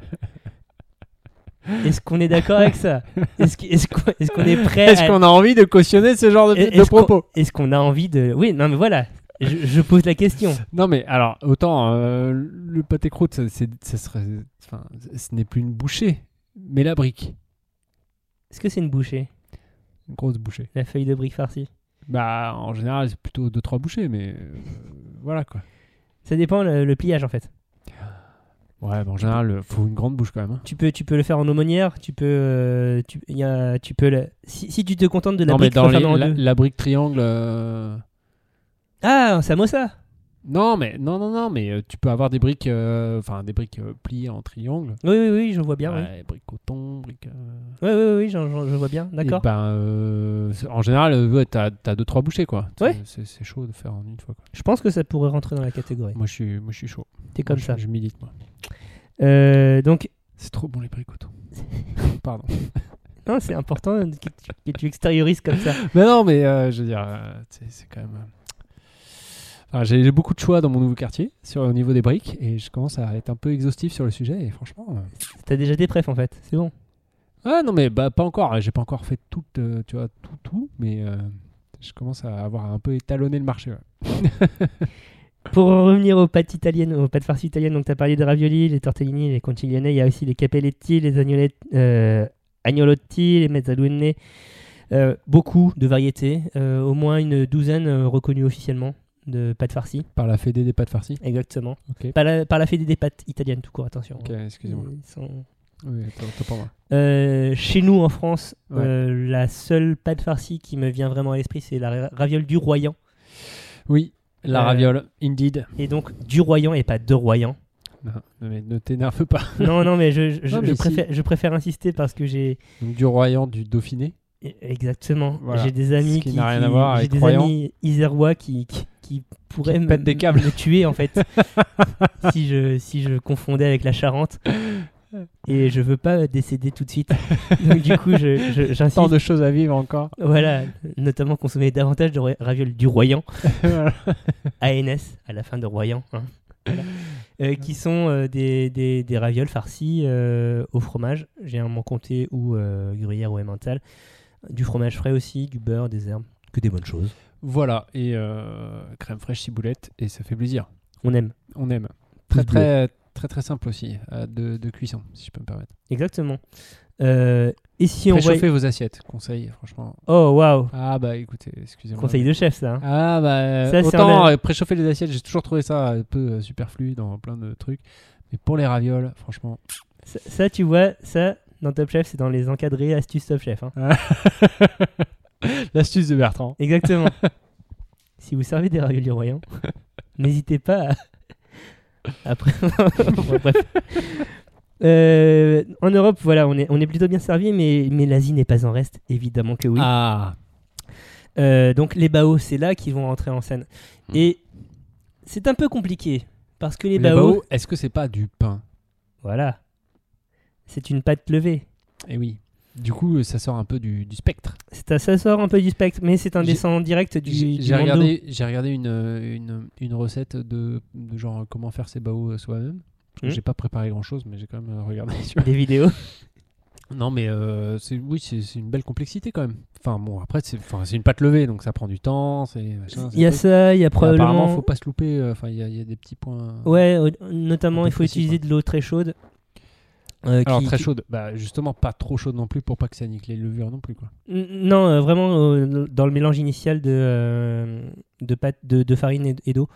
Speaker 1: Est-ce qu'on est d'accord avec ça Est-ce que- est-ce qu'on est, qu'on est prêt
Speaker 2: Est-ce
Speaker 1: à-
Speaker 2: qu'on a envie de cautionner ce genre de,
Speaker 1: est-
Speaker 2: de
Speaker 1: est-ce qu'on-
Speaker 2: propos
Speaker 1: Est-ce qu'on a envie de. Oui, non, mais voilà. Je, je pose la question.
Speaker 2: Non mais alors autant euh, le pâté croûte, ça- c'est, ça serait, enfin, ce n'est plus une bouchée, mais la brique,
Speaker 1: Est-ce que c'est une bouchée,
Speaker 2: une grosse bouchée.
Speaker 1: la feuille de brique farcie
Speaker 2: Bah en général c'est plutôt deux trois bouchées, mais euh, voilà quoi.
Speaker 1: Ça dépend le, le pliage en fait.
Speaker 2: Ouais, bah, en général euh, faut une grande bouche quand même. hein.
Speaker 1: Tu peux, tu peux le faire en aumônière, tu peux. euh, tu, il y a, tu peux le... si, si tu te contentes de la
Speaker 2: non mais
Speaker 1: brique,
Speaker 2: dans
Speaker 1: faut le
Speaker 2: les-
Speaker 1: faire en
Speaker 2: la,
Speaker 1: deux.
Speaker 2: la brique triangle. euh,
Speaker 1: Ah, un samosa
Speaker 2: Non mais non non non mais euh, tu peux avoir des briques, euh, enfin des briques euh, pliées en triangle.
Speaker 1: Oui, oui, Ah oui, je vois bien.
Speaker 2: Ouais, Brique coton, brique. euh,
Speaker 1: Oui, oui, oui, oui, j'en- j'en- je vois bien. D'accord.
Speaker 2: Et ben, euh, c'est- en général, euh, ouais, t'as as deux trois bouchées quoi. C'est-
Speaker 1: Ouais.
Speaker 2: C'est c'est chaud de faire en une fois. Quoi.
Speaker 1: Je pense que ça pourrait rentrer dans la catégorie.
Speaker 2: Moi, je suis, moi, je suis chaud.
Speaker 1: T'es comme
Speaker 2: Moi, je-
Speaker 1: ça.
Speaker 2: Je, milite moi.
Speaker 1: Euh, donc,
Speaker 2: C'est trop bon les bricotons. Pardon.
Speaker 1: hein, c'est important que tu, que tu extériorises comme ça.
Speaker 2: Mais non, mais euh, je veux dire, euh, c'est c'est quand même. euh, enfin, J'ai j'ai beaucoup de choix dans mon nouveau quartier sur au niveau des briques et je commence à être un peu exhaustif sur le sujet. Et franchement, euh,
Speaker 1: T'as déjà des prefs en fait, c'est bon.
Speaker 2: ah non mais bah pas encore. J'ai pas encore fait tout, euh, tu vois, tout, tout, mais. euh, je commence à avoir un peu étalonné le marché. ouais.
Speaker 1: Pour en revenir aux pâtes italiennes, aux pâtes farcies italiennes, donc tu as parlé de ravioli, les tortellini, les conchiglione, il y a aussi les capelletti, les agnolet- euh, agnolotti, les mezzalune, euh, beaucoup de variétés, euh, au moins une douzaine euh, reconnues officiellement de pâtes farcies,
Speaker 2: Par la fédé des pâtes farcies.
Speaker 1: exactement.
Speaker 2: Ok.
Speaker 1: Par la, par la fédé des pâtes italiennes, tout court, attention.
Speaker 2: Ok, excusez-moi.
Speaker 1: Ils sont-
Speaker 2: Oui, attends, attends pour moi.
Speaker 1: Euh, chez nous en France,
Speaker 2: Ouais.
Speaker 1: euh, la seule pâte farcie qui me vient vraiment à l'esprit, c'est la ra- raviole du Royan.
Speaker 2: Oui, la
Speaker 1: Euh,
Speaker 2: raviole, indeed.
Speaker 1: Et donc du Royan et pas de Royan.
Speaker 2: Non, non, mais ne t'énerve pas.
Speaker 1: Non, non, mais je, je- je-
Speaker 2: Non, mais
Speaker 1: je
Speaker 2: si.
Speaker 1: préfère, je préfère insister parce que j'ai.
Speaker 2: Donc, du Royan, du Dauphiné.
Speaker 1: Exactement.
Speaker 2: Voilà.
Speaker 1: J'ai des amis
Speaker 2: Ce qui n'a rien à voir
Speaker 1: j'ai
Speaker 2: avec
Speaker 1: des
Speaker 2: croyant.
Speaker 1: amis isérois qui, qui, qui pourraient me,
Speaker 2: pètent des câbles.
Speaker 1: me tuer en fait si, je, si je confondais avec la Charente. et je veux pas décéder tout de suite. Donc du coup, je- je- j'insiste.
Speaker 2: Tant de choses à vivre encore.
Speaker 1: Voilà, notamment consommer davantage de ra- ravioles du Royan,
Speaker 2: Voilà.
Speaker 1: ANS, à la fin de Royan, hein. Voilà. Euh, qui sont euh, des, des, des ravioles farcies euh, au fromage, généralement comté ou euh, gruyère ou emmental, du fromage frais aussi, du beurre, des herbes, que des bonnes choses.
Speaker 2: Voilà, et euh, crème fraîche, ciboulette, et ça fait plaisir.
Speaker 1: On aime.
Speaker 2: On aime. Très
Speaker 1: Pouce bleu.
Speaker 2: très, très très simple aussi euh, de, de cuisson, si je peux me permettre.
Speaker 1: Exactement. Euh, et si on
Speaker 2: Réchauffez
Speaker 1: voit...
Speaker 2: vos assiettes, conseil, franchement.
Speaker 1: Oh, waouh
Speaker 2: Ah bah écoutez, excusez-moi.
Speaker 1: Conseil de chef, ça. hein.
Speaker 2: Ah bah euh,
Speaker 1: Ça, c'est
Speaker 2: autant
Speaker 1: un-
Speaker 2: euh, préchauffer les assiettes, j'ai toujours trouvé ça un peu euh, superflu dans plein de trucs. Mais pour les ravioles, franchement,
Speaker 1: Ça, ça, tu vois, ça, dans Top Chef, c'est dans les encadrés astuces Top Chef. hein.
Speaker 2: l'astuce de Bertrand.
Speaker 1: Exactement. si vous servez des raviolis royaux, n'hésitez pas à... Après... Bon, bref. Euh, en Europe, voilà, on est, on est plutôt bien servi, mais, mais l'Asie n'est pas en reste, évidemment que oui.
Speaker 2: Ah,
Speaker 1: Euh, donc les baos, c'est là qu'ils vont rentrer en scène. Et c'est un peu compliqué, parce que les
Speaker 2: Hmm. les bao,
Speaker 1: baos,
Speaker 2: bah, oh, est-ce que c'est pas du pain
Speaker 1: voilà, c'est une pâte levée.
Speaker 2: Eh oui. Du coup, ça sort un peu du, du spectre.
Speaker 1: C'est à- ça sort un peu du spectre, mais c'est un
Speaker 2: J'ai-
Speaker 1: descendant direct du,
Speaker 2: J'ai
Speaker 1: du
Speaker 2: j'ai
Speaker 1: Mando.
Speaker 2: regardé, j'ai regardé une, euh, une, une recette de, de genre euh, comment faire ses bao euh, soi-même.
Speaker 1: Hmm.
Speaker 2: J'ai pas préparé grand-chose, mais j'ai quand même euh, regardé. tu vois.
Speaker 1: des vidéos.
Speaker 2: Non, mais euh, c'est- oui, c'est c'est une belle complexité quand même. Enfin bon, après c'est enfin, c'est une pâte levée, donc ça prend du temps. c'est machin, c'est
Speaker 1: Il y a
Speaker 2: truc.
Speaker 1: ça, il y a
Speaker 2: Et Apparemment,
Speaker 1: probablement.
Speaker 2: faut pas se louper. euh, Enfin, il y, a- il y a des petits points.
Speaker 1: Ouais, euh, notamment,
Speaker 2: Un peu
Speaker 1: il faut
Speaker 2: précis,
Speaker 1: utiliser de l'eau très chaude. euh,
Speaker 2: Alors
Speaker 1: qui-
Speaker 2: très
Speaker 1: qui-
Speaker 2: chaude. Bah justement, pas trop chaude non plus pour pas que ça nique les levures non plus quoi.
Speaker 1: N- Non, euh, vraiment, euh, dans le mélange initial de, euh, de, pâte, de, de farine et, et d'eau,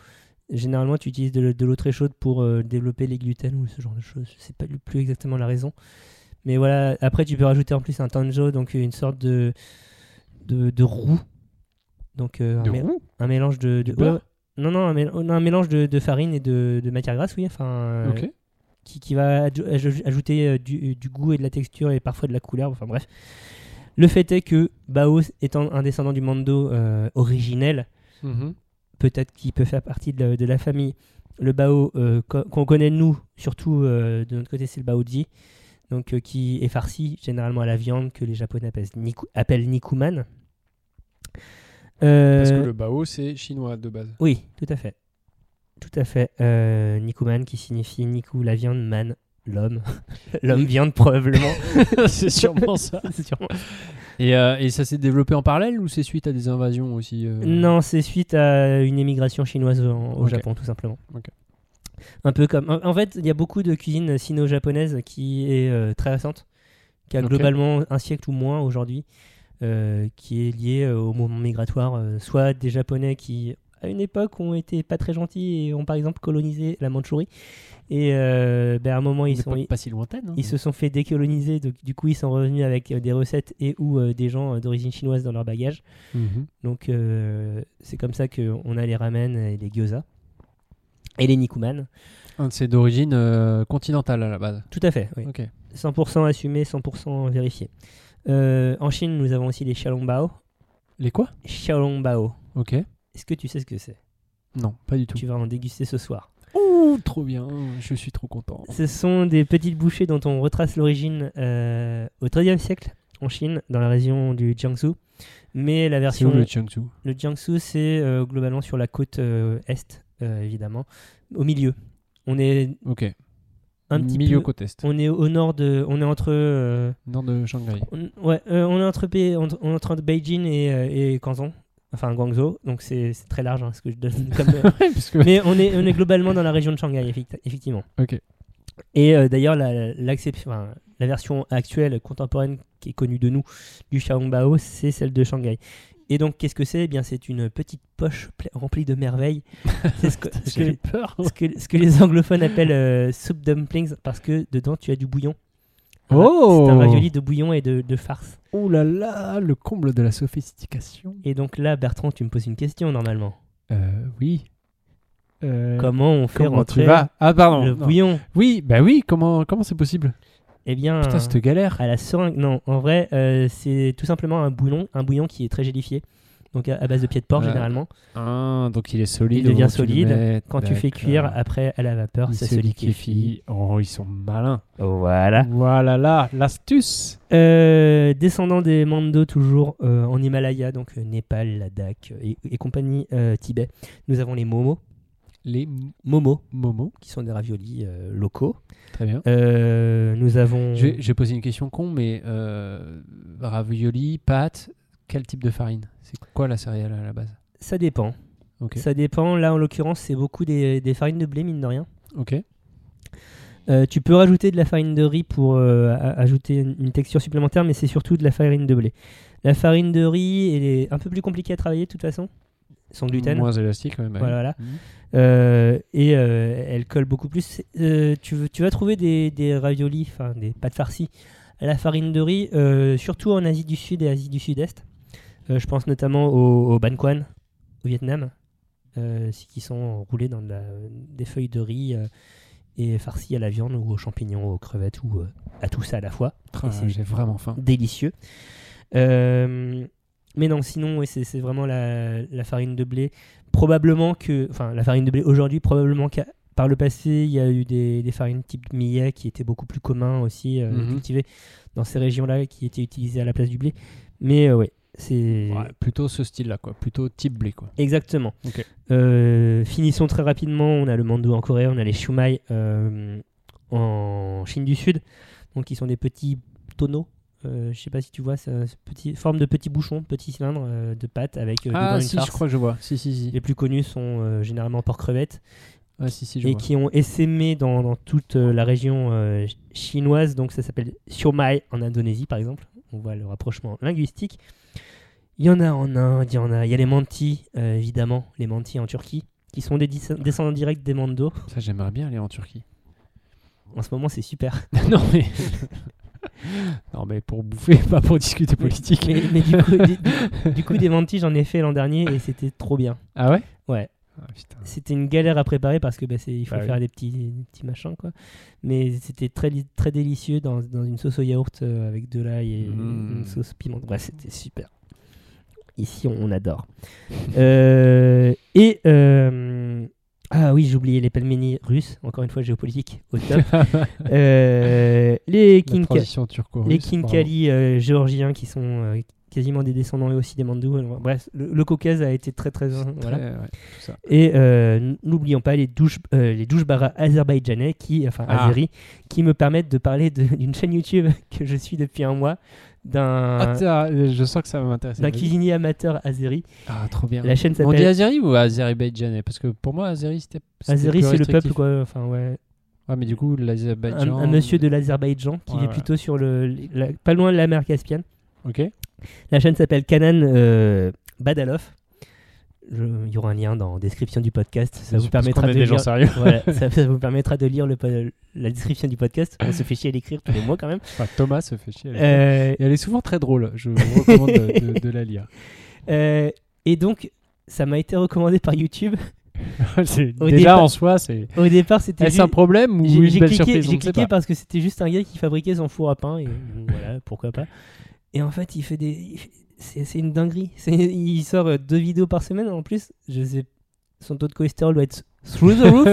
Speaker 1: généralement, tu utilises de, de l'eau très chaude pour euh, développer les gluten ou ce genre de choses. Je sais pas plus exactement la raison. Mais voilà, après, tu peux rajouter en plus un tanjo, donc euh, une sorte de, de, de roux. Donc, euh, un,
Speaker 2: De
Speaker 1: mé- un mélange de. de-
Speaker 2: Du beurre
Speaker 1: ouais, non, non, un, mél- oh, non, un mélange de, de farine et de, de matière grasse, oui. Enfin, euh,
Speaker 2: Ok.
Speaker 1: qui, qui va adj- aj- ajouter euh, du, du goût et de la texture et parfois de la couleur. Enfin bref. Le fait est que Baos étant un descendant du Mando euh, originel,
Speaker 2: Mhm.
Speaker 1: peut-être qu'il peut faire partie de la, de la famille. Le Bao euh, co- qu'on connaît nous, surtout euh, de notre côté, c'est le Baoji, donc euh, qui est farci généralement à la viande que les Japonais appellent, niku- appellent nikuman. Euh,
Speaker 2: Parce que le bao c'est chinois de base.
Speaker 1: oui, tout à fait. Tout à fait. Euh, Nikuman qui signifie Niku, la viande, man, l'homme. l'homme viande probablement.
Speaker 2: c'est sûrement ça.
Speaker 1: C'est sûrement-
Speaker 2: Et, euh, et ça s'est développé en parallèle ou c'est suite à des invasions aussi euh,
Speaker 1: Non, c'est suite à une émigration chinoise au, au
Speaker 2: Ok.
Speaker 1: Japon, tout simplement.
Speaker 2: Ok.
Speaker 1: Un peu comme. En, en fait, il y a beaucoup de cuisine sino-japonaise qui est euh, très récente, qui a
Speaker 2: Ok.
Speaker 1: globalement un siècle ou moins aujourd'hui, euh, qui est liée euh, au mouvement migratoire, euh, soit des Japonais qui, à une époque, ont été pas très gentils et ont par exemple colonisé la Mandchourie. Et euh, ben, à un moment,
Speaker 2: Une
Speaker 1: ils sont,
Speaker 2: époque pas si lointaine. hein.
Speaker 1: ils se sont fait décoloniser, donc du coup ils sont revenus avec euh, des recettes et ou euh, des gens euh, d'origine chinoise dans leur bagage.
Speaker 2: Mhm.
Speaker 1: Donc euh, c'est comme ça qu'on a les ramen et les gyoza et les nikuman.
Speaker 2: Un de- C'est d'origine euh, continentale à la base.
Speaker 1: Tout à fait, oui.
Speaker 2: Ok.
Speaker 1: 100% assumé, 100% vérifié. Euh, en Chine, nous avons aussi les xiaolongbao.
Speaker 2: Les quoi
Speaker 1: Xiaolongbao.
Speaker 2: Ok.
Speaker 1: Est-ce que tu sais ce que c'est
Speaker 2: Non, pas du tout.
Speaker 1: Tu vas en déguster ce soir.
Speaker 2: Ouh, trop bien. Je suis trop content.
Speaker 1: Ce sont des petites bouchées dont on retrace l'origine euh, au XIIIe siècle en Chine, dans la région du Jiangsu. Mais la
Speaker 2: C'est
Speaker 1: version
Speaker 2: où le Jiangsu
Speaker 1: Le Jiangsu, c'est euh, globalement sur la côte euh, est, euh, évidemment, au milieu. On est
Speaker 2: Ok.
Speaker 1: un petit
Speaker 2: Milieu
Speaker 1: peu-
Speaker 2: côte est.
Speaker 1: On est au nord de, on est entre, euh,
Speaker 2: Nord de Shanghai.
Speaker 1: on, ouais, euh, on est entre, Bé- entre, on est entre Beijing et, euh, et Canton, enfin Guangzhou. Donc c'est c'est très large, hein, ce que je donne comme. euh,
Speaker 2: Parce que-
Speaker 1: mais on est, on est globalement dans la région de Shanghai, effecti- effectivement.
Speaker 2: Ok.
Speaker 1: Et euh, d'ailleurs, la, l'accept- enfin, la version actuelle, contemporaine, qui est connue de nous, du Xiaongbao, c'est celle de Shanghai. Et donc, qu'est-ce que c'est Eh bien, c'est une petite poche pla- remplie de merveilles. C'est ce que, ce que-
Speaker 2: J'ai peur.
Speaker 1: ce que- ce que les anglophones appellent euh, soup dumplings, parce que dedans, tu as du bouillon.
Speaker 2: Oh
Speaker 1: C'est un ravioli de bouillon et de, de farce.
Speaker 2: Oh là là, le comble de la sophistication.
Speaker 1: Et donc là, Bertrand, tu me poses une question, normalement.
Speaker 2: Euh, oui. Euh,
Speaker 1: Comment on fait
Speaker 2: comment tu
Speaker 1: rentrer
Speaker 2: vas Ah, pardon.
Speaker 1: le
Speaker 2: non.
Speaker 1: bouillon
Speaker 2: Oui, bah oui, comment comment c'est possible
Speaker 1: Eh bien...
Speaker 2: Putain, cette galère.
Speaker 1: À la seringue, non. En vrai, euh, c'est tout simplement un bouillon, un bouillon qui est très gélifié. donc à, à base de pied de porc
Speaker 2: Euh,
Speaker 1: généralement.
Speaker 2: Ah, donc il est solide.
Speaker 1: Il
Speaker 2: au
Speaker 1: devient
Speaker 2: moment où tu le
Speaker 1: solide.
Speaker 2: mets.
Speaker 1: Quand tu fais
Speaker 2: D'accord.
Speaker 1: cuire après à la vapeur,
Speaker 2: il
Speaker 1: ça
Speaker 2: se
Speaker 1: se liquéfie.
Speaker 2: liquéfie. Ah. Oh, ils sont malins.
Speaker 1: Voilà.
Speaker 2: Voilà là, l'astuce.
Speaker 1: Euh, descendant des Mando, toujours euh, en Himalaya, donc euh, Népal, Ladakh et, et compagnie euh, Tibet, nous avons les Momo.
Speaker 2: Les
Speaker 1: Momo,
Speaker 2: momos.
Speaker 1: qui sont des raviolis euh, locaux.
Speaker 2: Très bien.
Speaker 1: Euh, nous avons.
Speaker 2: Je vais, je vais poser une question con, mais euh, ravioli, pâte, quel type de farine C'est quoi la céréale à la base
Speaker 1: Ça dépend.
Speaker 2: Ok.
Speaker 1: Ça dépend. Là, en l'occurrence, c'est beaucoup des, des farines de blé, mine de rien.
Speaker 2: Ok.
Speaker 1: Euh, tu peux rajouter de la farine de riz pour euh, a- ajouter une, une texture supplémentaire, mais c'est surtout de la farine de blé. La farine de riz, elle est un peu plus compliquée à travailler de toute façon, sans gluten.
Speaker 2: Moins élastique, ouais, bah oui.
Speaker 1: Voilà, voilà.
Speaker 2: Mhm.
Speaker 1: Euh, et euh, elle colle beaucoup plus. Euh, tu, veux- tu vas trouver des, des raviolis, enfin des pâtes farcies à la farine de riz, euh, surtout en Asie du Sud et Asie du Sud-Est. Euh, je pense notamment au, au Ban Quan, au Vietnam, euh, c- qui sont roulés dans de la- des feuilles de riz euh, et farcies à la viande ou aux champignons, aux crevettes ou euh, à tout ça à la fois.
Speaker 2: Ah,
Speaker 1: Et c'est-
Speaker 2: J'ai vraiment faim.
Speaker 1: Délicieux. Euh, mais non, sinon, ouais, c'est c'est vraiment la, la farine de blé. Probablement que. Enfin, la farine de blé aujourd'hui, probablement qu'à. Par le passé, il y a eu des, des farines type millet qui étaient beaucoup plus communs aussi, euh,
Speaker 2: Mhm.
Speaker 1: cultivées dans ces régions-là, qui étaient utilisées à la place du blé. Mais euh, ouais, c'est.
Speaker 2: Ouais, plutôt ce style-là, quoi. Plutôt type blé, quoi.
Speaker 1: Exactement.
Speaker 2: Ok.
Speaker 1: Euh, finissons très rapidement. On a le mando en Corée, on a les shumai euh, en Chine du Sud, donc qui sont des petits tonneaux. Euh, je sais pas si tu vois, c'est un petit, forme de petit bouchon, petit cylindre euh, de pâte avec euh, dedans
Speaker 2: ah
Speaker 1: une
Speaker 2: si,
Speaker 1: farce.
Speaker 2: je crois que je vois. Si, si, si.
Speaker 1: Les plus connus sont euh, généralement porc crevette
Speaker 2: Ah, si, si, je
Speaker 1: et
Speaker 2: vois.
Speaker 1: qui ont essaimé dans, dans toute euh, la région euh, ch- chinoise. Donc ça s'appelle shumai en Indonésie par exemple. On voit le rapprochement linguistique. Il y en a en Inde, il y en a. Il y a les mantis, euh, évidemment, les mantis en Turquie, qui sont des dis- descendants directs des mandos.
Speaker 2: Ça, j'aimerais bien aller en Turquie.
Speaker 1: En ce moment, c'est super.
Speaker 2: non, mais... non, mais pour bouffer, pas pour discuter politique.
Speaker 1: Mais, mais du, coup, du- du- du coup, des mantis, j'en ai fait l'an dernier et c'était trop bien.
Speaker 2: Ah ouais
Speaker 1: Ouais.
Speaker 2: Ah, putain.
Speaker 1: C'était une galère à préparer parce que bah, c'est- il faut
Speaker 2: Bah oui.
Speaker 1: faire des petits, des petits machins quoi. Mais c'était très, li- très délicieux dans, dans une sauce au yaourt euh, avec de l'ail et
Speaker 2: Mm.
Speaker 1: une sauce piment. Ouais, c'était super. Ici on, on adore. Euh, et euh, ah oui, j'ai oublié les pelmenis russes. Encore une fois géopolitique au top. Euh, les
Speaker 2: La
Speaker 1: kinka,
Speaker 2: transition turco
Speaker 1: les Kinkali euh, géorgiens qui sont euh, quasiment des descendants et aussi des Mandous. Alors, Bref, le, le Caucase a été très très, voilà. Et euh, n- n'oublions pas les douches, euh, les douches baras azerbaïdjanais, qui, enfin
Speaker 2: Ah.
Speaker 1: azéri, qui me permettent de parler de- d'une chaîne YouTube que je suis depuis un mois,
Speaker 2: Ah,
Speaker 1: d'un
Speaker 2: euh, je sens que ça va m'intéresser.
Speaker 1: d'un
Speaker 2: Vas-y.
Speaker 1: cuisinier amateur azéri.
Speaker 2: Ah, trop bien.
Speaker 1: La chaîne
Speaker 2: On dit
Speaker 1: s'appelle
Speaker 2: Azeri ou Azerbaïdjanais Parce que pour moi, Azeri, c'était. c'était
Speaker 1: Azéri,
Speaker 2: plus
Speaker 1: c'est le peuple
Speaker 2: restrictif.
Speaker 1: quoi. Enfin ouais,
Speaker 2: Ouais, mais du coup,
Speaker 1: un,
Speaker 2: l'Azerbaïdjan.
Speaker 1: un monsieur de l'Azerbaïdjan qui
Speaker 2: Ouais,
Speaker 1: est
Speaker 2: ouais.
Speaker 1: plutôt sur le, la- pas loin de la mer Caspienne.
Speaker 2: Ok.
Speaker 1: La chaîne s'appelle Kanan euh, Badalov. Je- Il y aura un lien dans la description du podcast. Ça vous permettra de
Speaker 2: des gens
Speaker 1: lire
Speaker 2: sérieux.
Speaker 1: Voilà, ça, ça vous permettra de lire le po- la description du podcast. On se fait chier à l'écrire tous les mois quand même.
Speaker 2: Enfin, Thomas se fait chier. Et
Speaker 1: Euh,
Speaker 2: elle est souvent très drôle. Je vous recommande de, de- de la lire.
Speaker 1: euh, et donc, ça m'a été recommandé par YouTube.
Speaker 2: C'est-
Speaker 1: Au
Speaker 2: déjà,
Speaker 1: départ-
Speaker 2: en soi, c'est.
Speaker 1: Au départ, c'était
Speaker 2: Est-ce
Speaker 1: ju-
Speaker 2: un problème ou
Speaker 1: j'ai-
Speaker 2: une
Speaker 1: j'ai
Speaker 2: belle
Speaker 1: cliqué,
Speaker 2: surprise On
Speaker 1: j'ai
Speaker 2: ne sait
Speaker 1: cliqué
Speaker 2: pas.
Speaker 1: parce que c'était juste un gars qui fabriquait son four à pain et voilà, pourquoi pas. Et en fait, il fait des il fait- c'est c'est une dinguerie. C'est- Il sort euh, deux vidéos par semaine en plus. Je sais son taux de cholestérol doit être through the roof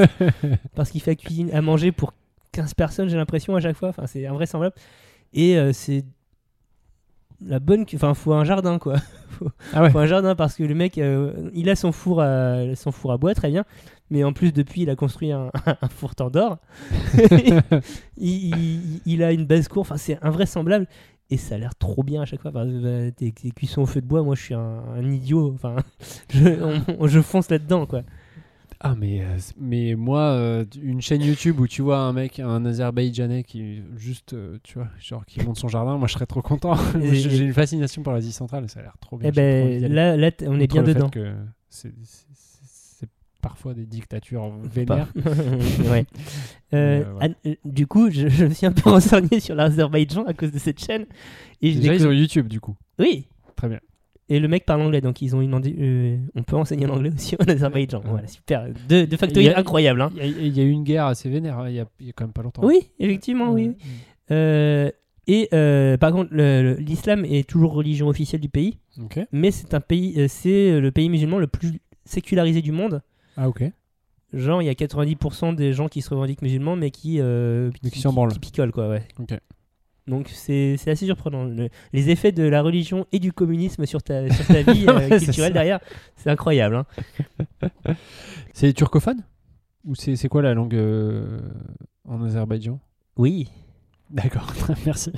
Speaker 1: parce qu'il fait à cuisine à manger pour 15 personnes, j'ai l'impression à chaque fois. Enfin, c'est invraisemblable. Et euh, c'est la bonne cu- enfin, faut un jardin quoi.
Speaker 2: Ah ouais.
Speaker 1: Faut un jardin parce que le mec, euh, il a son four, à, son four à bois, très bien. Mais en plus, depuis, il a construit un, un four tendor. il, il- il a une base cour. Enfin, c'est invraisemblable. Et ça a l'air trop bien à chaque fois. Enfin, euh, Tes tes cuissons au feu de bois, moi, je suis un, un idiot. Enfin, je, on- on- je fonce là-dedans, quoi.
Speaker 2: Ah, mais, euh, c'est- mais moi, euh, une chaîne YouTube où tu vois un mec, un Azerbaïdjanais qui juste, euh, tu vois, genre qui monte son jardin, moi je serais trop content.
Speaker 1: Et-
Speaker 2: J'ai j'ai une fascination pour l'Asie centrale, ça a l'air trop bien.
Speaker 1: Eh
Speaker 2: j'ai trop envie
Speaker 1: ben,
Speaker 2: d'y aller.
Speaker 1: là, là, t- on est
Speaker 2: Outre
Speaker 1: bien
Speaker 2: le fait
Speaker 1: dedans.
Speaker 2: que C'est c'est- c'est parfois des dictatures vénères.
Speaker 1: Ouais. Euh,
Speaker 2: Mais, euh, voilà.
Speaker 1: Anne- euh, du coup, je, je me suis un peu renseigné sur l'Azerbaïdjan à cause de cette chaîne. Et je
Speaker 2: Déjà, ils
Speaker 1: découvre-
Speaker 2: ont YouTube du coup.
Speaker 1: Oui,
Speaker 2: Très bien.
Speaker 1: Et le mec parle anglais, donc ils ont une andi- euh, on peut enseigner l'anglais aussi en Azerbaïdjan. Voilà, super. Deux de
Speaker 2: Il y
Speaker 1: factories
Speaker 2: a-
Speaker 1: incroyables. hein.
Speaker 2: Il y, a- il y a eu une guerre assez vénère hein, il y, a il y a quand même pas longtemps.
Speaker 1: Oui, effectivement, oui.
Speaker 2: Euh,
Speaker 1: Euh, Et euh, par contre, le- le- l'islam est toujours religion officielle du pays,
Speaker 2: Ok.
Speaker 1: mais c'est un pays, euh, c'est le pays musulman le plus sécularisé du monde.
Speaker 2: Ah, ok.
Speaker 1: Genre, il y a 90% des gens qui se revendiquent musulmans, mais qui, euh,
Speaker 2: Mais qui s'en branlent.
Speaker 1: qui picolent, quoi, ouais.
Speaker 2: Ok.
Speaker 1: Donc, c'est c'est assez surprenant. Le- les effets de la religion et du communisme sur ta, sur ta vie euh,
Speaker 2: Ouais, c'est ça.
Speaker 1: culturelle derrière, c'est incroyable. hein.
Speaker 2: C'est turcophone Ou c'est c'est quoi la langue euh, en Azerbaïdjan
Speaker 1: Oui,
Speaker 2: D'accord, merci.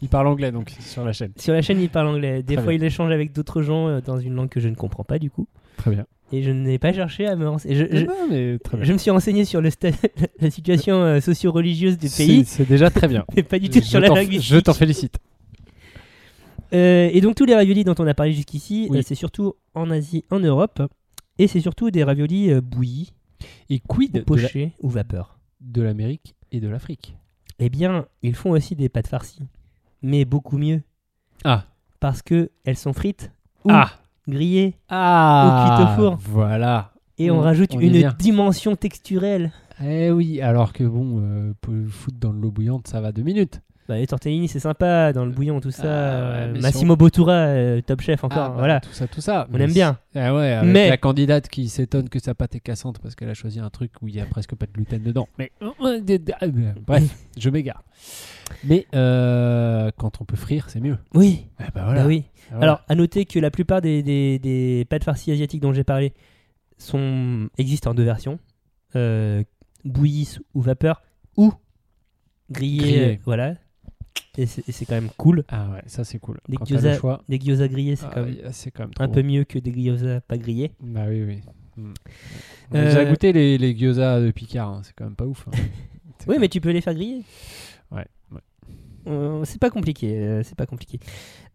Speaker 2: Il parle anglais donc sur la chaîne.
Speaker 1: sur la chaîne, ils parlent anglais. Des
Speaker 2: Très
Speaker 1: fois,
Speaker 2: bien.
Speaker 1: ils échangent avec d'autres gens euh, dans une langue que je ne comprends pas, du coup.
Speaker 2: Très bien.
Speaker 1: Et je n'ai pas cherché à me renseigner. Je, je-
Speaker 2: Non, Eh ben, mais très bien.
Speaker 1: je me suis renseigné sur le sta- la situation euh, socio-religieuse du
Speaker 2: C'est-
Speaker 1: pays,
Speaker 2: C'est déjà très bien.
Speaker 1: mais pas du tout
Speaker 2: Je
Speaker 1: sur la
Speaker 2: t'en-
Speaker 1: linguistique.
Speaker 2: Je t'en félicite.
Speaker 1: Euh, et donc tous les raviolis dont on a parlé jusqu'ici,
Speaker 2: Oui.
Speaker 1: euh, c'est surtout en Asie, en Europe, et c'est surtout des raviolis euh, bouillis,
Speaker 2: Et quid
Speaker 1: ou
Speaker 2: de la-
Speaker 1: pochés ou vapeur.
Speaker 2: de l'Amérique et de l'Afrique
Speaker 1: Eh bien, ils font aussi des pâtes farcies, mais beaucoup mieux,
Speaker 2: Ah.
Speaker 1: parce que elles sont frites, ou
Speaker 2: Ah
Speaker 1: grillées,
Speaker 2: Ah
Speaker 1: Ou cuites au four.
Speaker 2: Voilà.
Speaker 1: et on
Speaker 2: On-
Speaker 1: rajoute
Speaker 2: on y
Speaker 1: une
Speaker 2: vient.
Speaker 1: dimension texturelle.
Speaker 2: Eh oui, alors que bon, euh, pour le foutre dans de l'eau bouillante, ça va deux minutes.
Speaker 1: Bah, les tortellini, c'est sympa, dans le bouillon, tout ça.
Speaker 2: Euh, Ah, ouais,
Speaker 1: euh,
Speaker 2: mais si
Speaker 1: Massimo Bottura, euh, top chef encore,
Speaker 2: Ah, bah,
Speaker 1: voilà.
Speaker 2: Tout ça, tout ça.
Speaker 1: On
Speaker 2: Mais
Speaker 1: aime bien.
Speaker 2: c'est- Ah ouais, avec
Speaker 1: Mais-
Speaker 2: la candidate qui s'étonne que sa pâte est cassante parce qu'elle a choisi un truc où il y a presque pas de gluten dedans. Mais bref, je m'égare. Mais euh, quand on peut frire, c'est mieux.
Speaker 1: Oui,
Speaker 2: Ah bah
Speaker 1: bah
Speaker 2: voilà.
Speaker 1: oui.
Speaker 2: Ah voilà.
Speaker 1: Alors, à noter que la plupart des, des, des pâtes farcies asiatiques dont j'ai parlé sont, existent en deux versions euh, bouillies sous- ou vapeur ou grillées.
Speaker 2: Grillées.
Speaker 1: euh, Voilà. Et c'est et c'est quand même cool.
Speaker 2: Ah ouais, ça c'est cool.
Speaker 1: Des
Speaker 2: Quand t'as le
Speaker 1: gyoza,
Speaker 2: choix,
Speaker 1: Des gyoza grillés, c'est
Speaker 2: ah,
Speaker 1: quand même
Speaker 2: c'est quand même
Speaker 1: un
Speaker 2: trop
Speaker 1: peu
Speaker 2: bon.
Speaker 1: mieux que des gyoza pas grillés.
Speaker 2: Bah oui, oui. Mm. On
Speaker 1: Euh,
Speaker 2: a déjà goûté les, les gyoza de Picard, hein, c'est quand même pas ouf. hein. C'est
Speaker 1: Oui,
Speaker 2: quand
Speaker 1: mais tu peux les faire griller.
Speaker 2: Ouais, ouais.
Speaker 1: Euh, c'est pas compliqué, euh, c'est pas compliqué.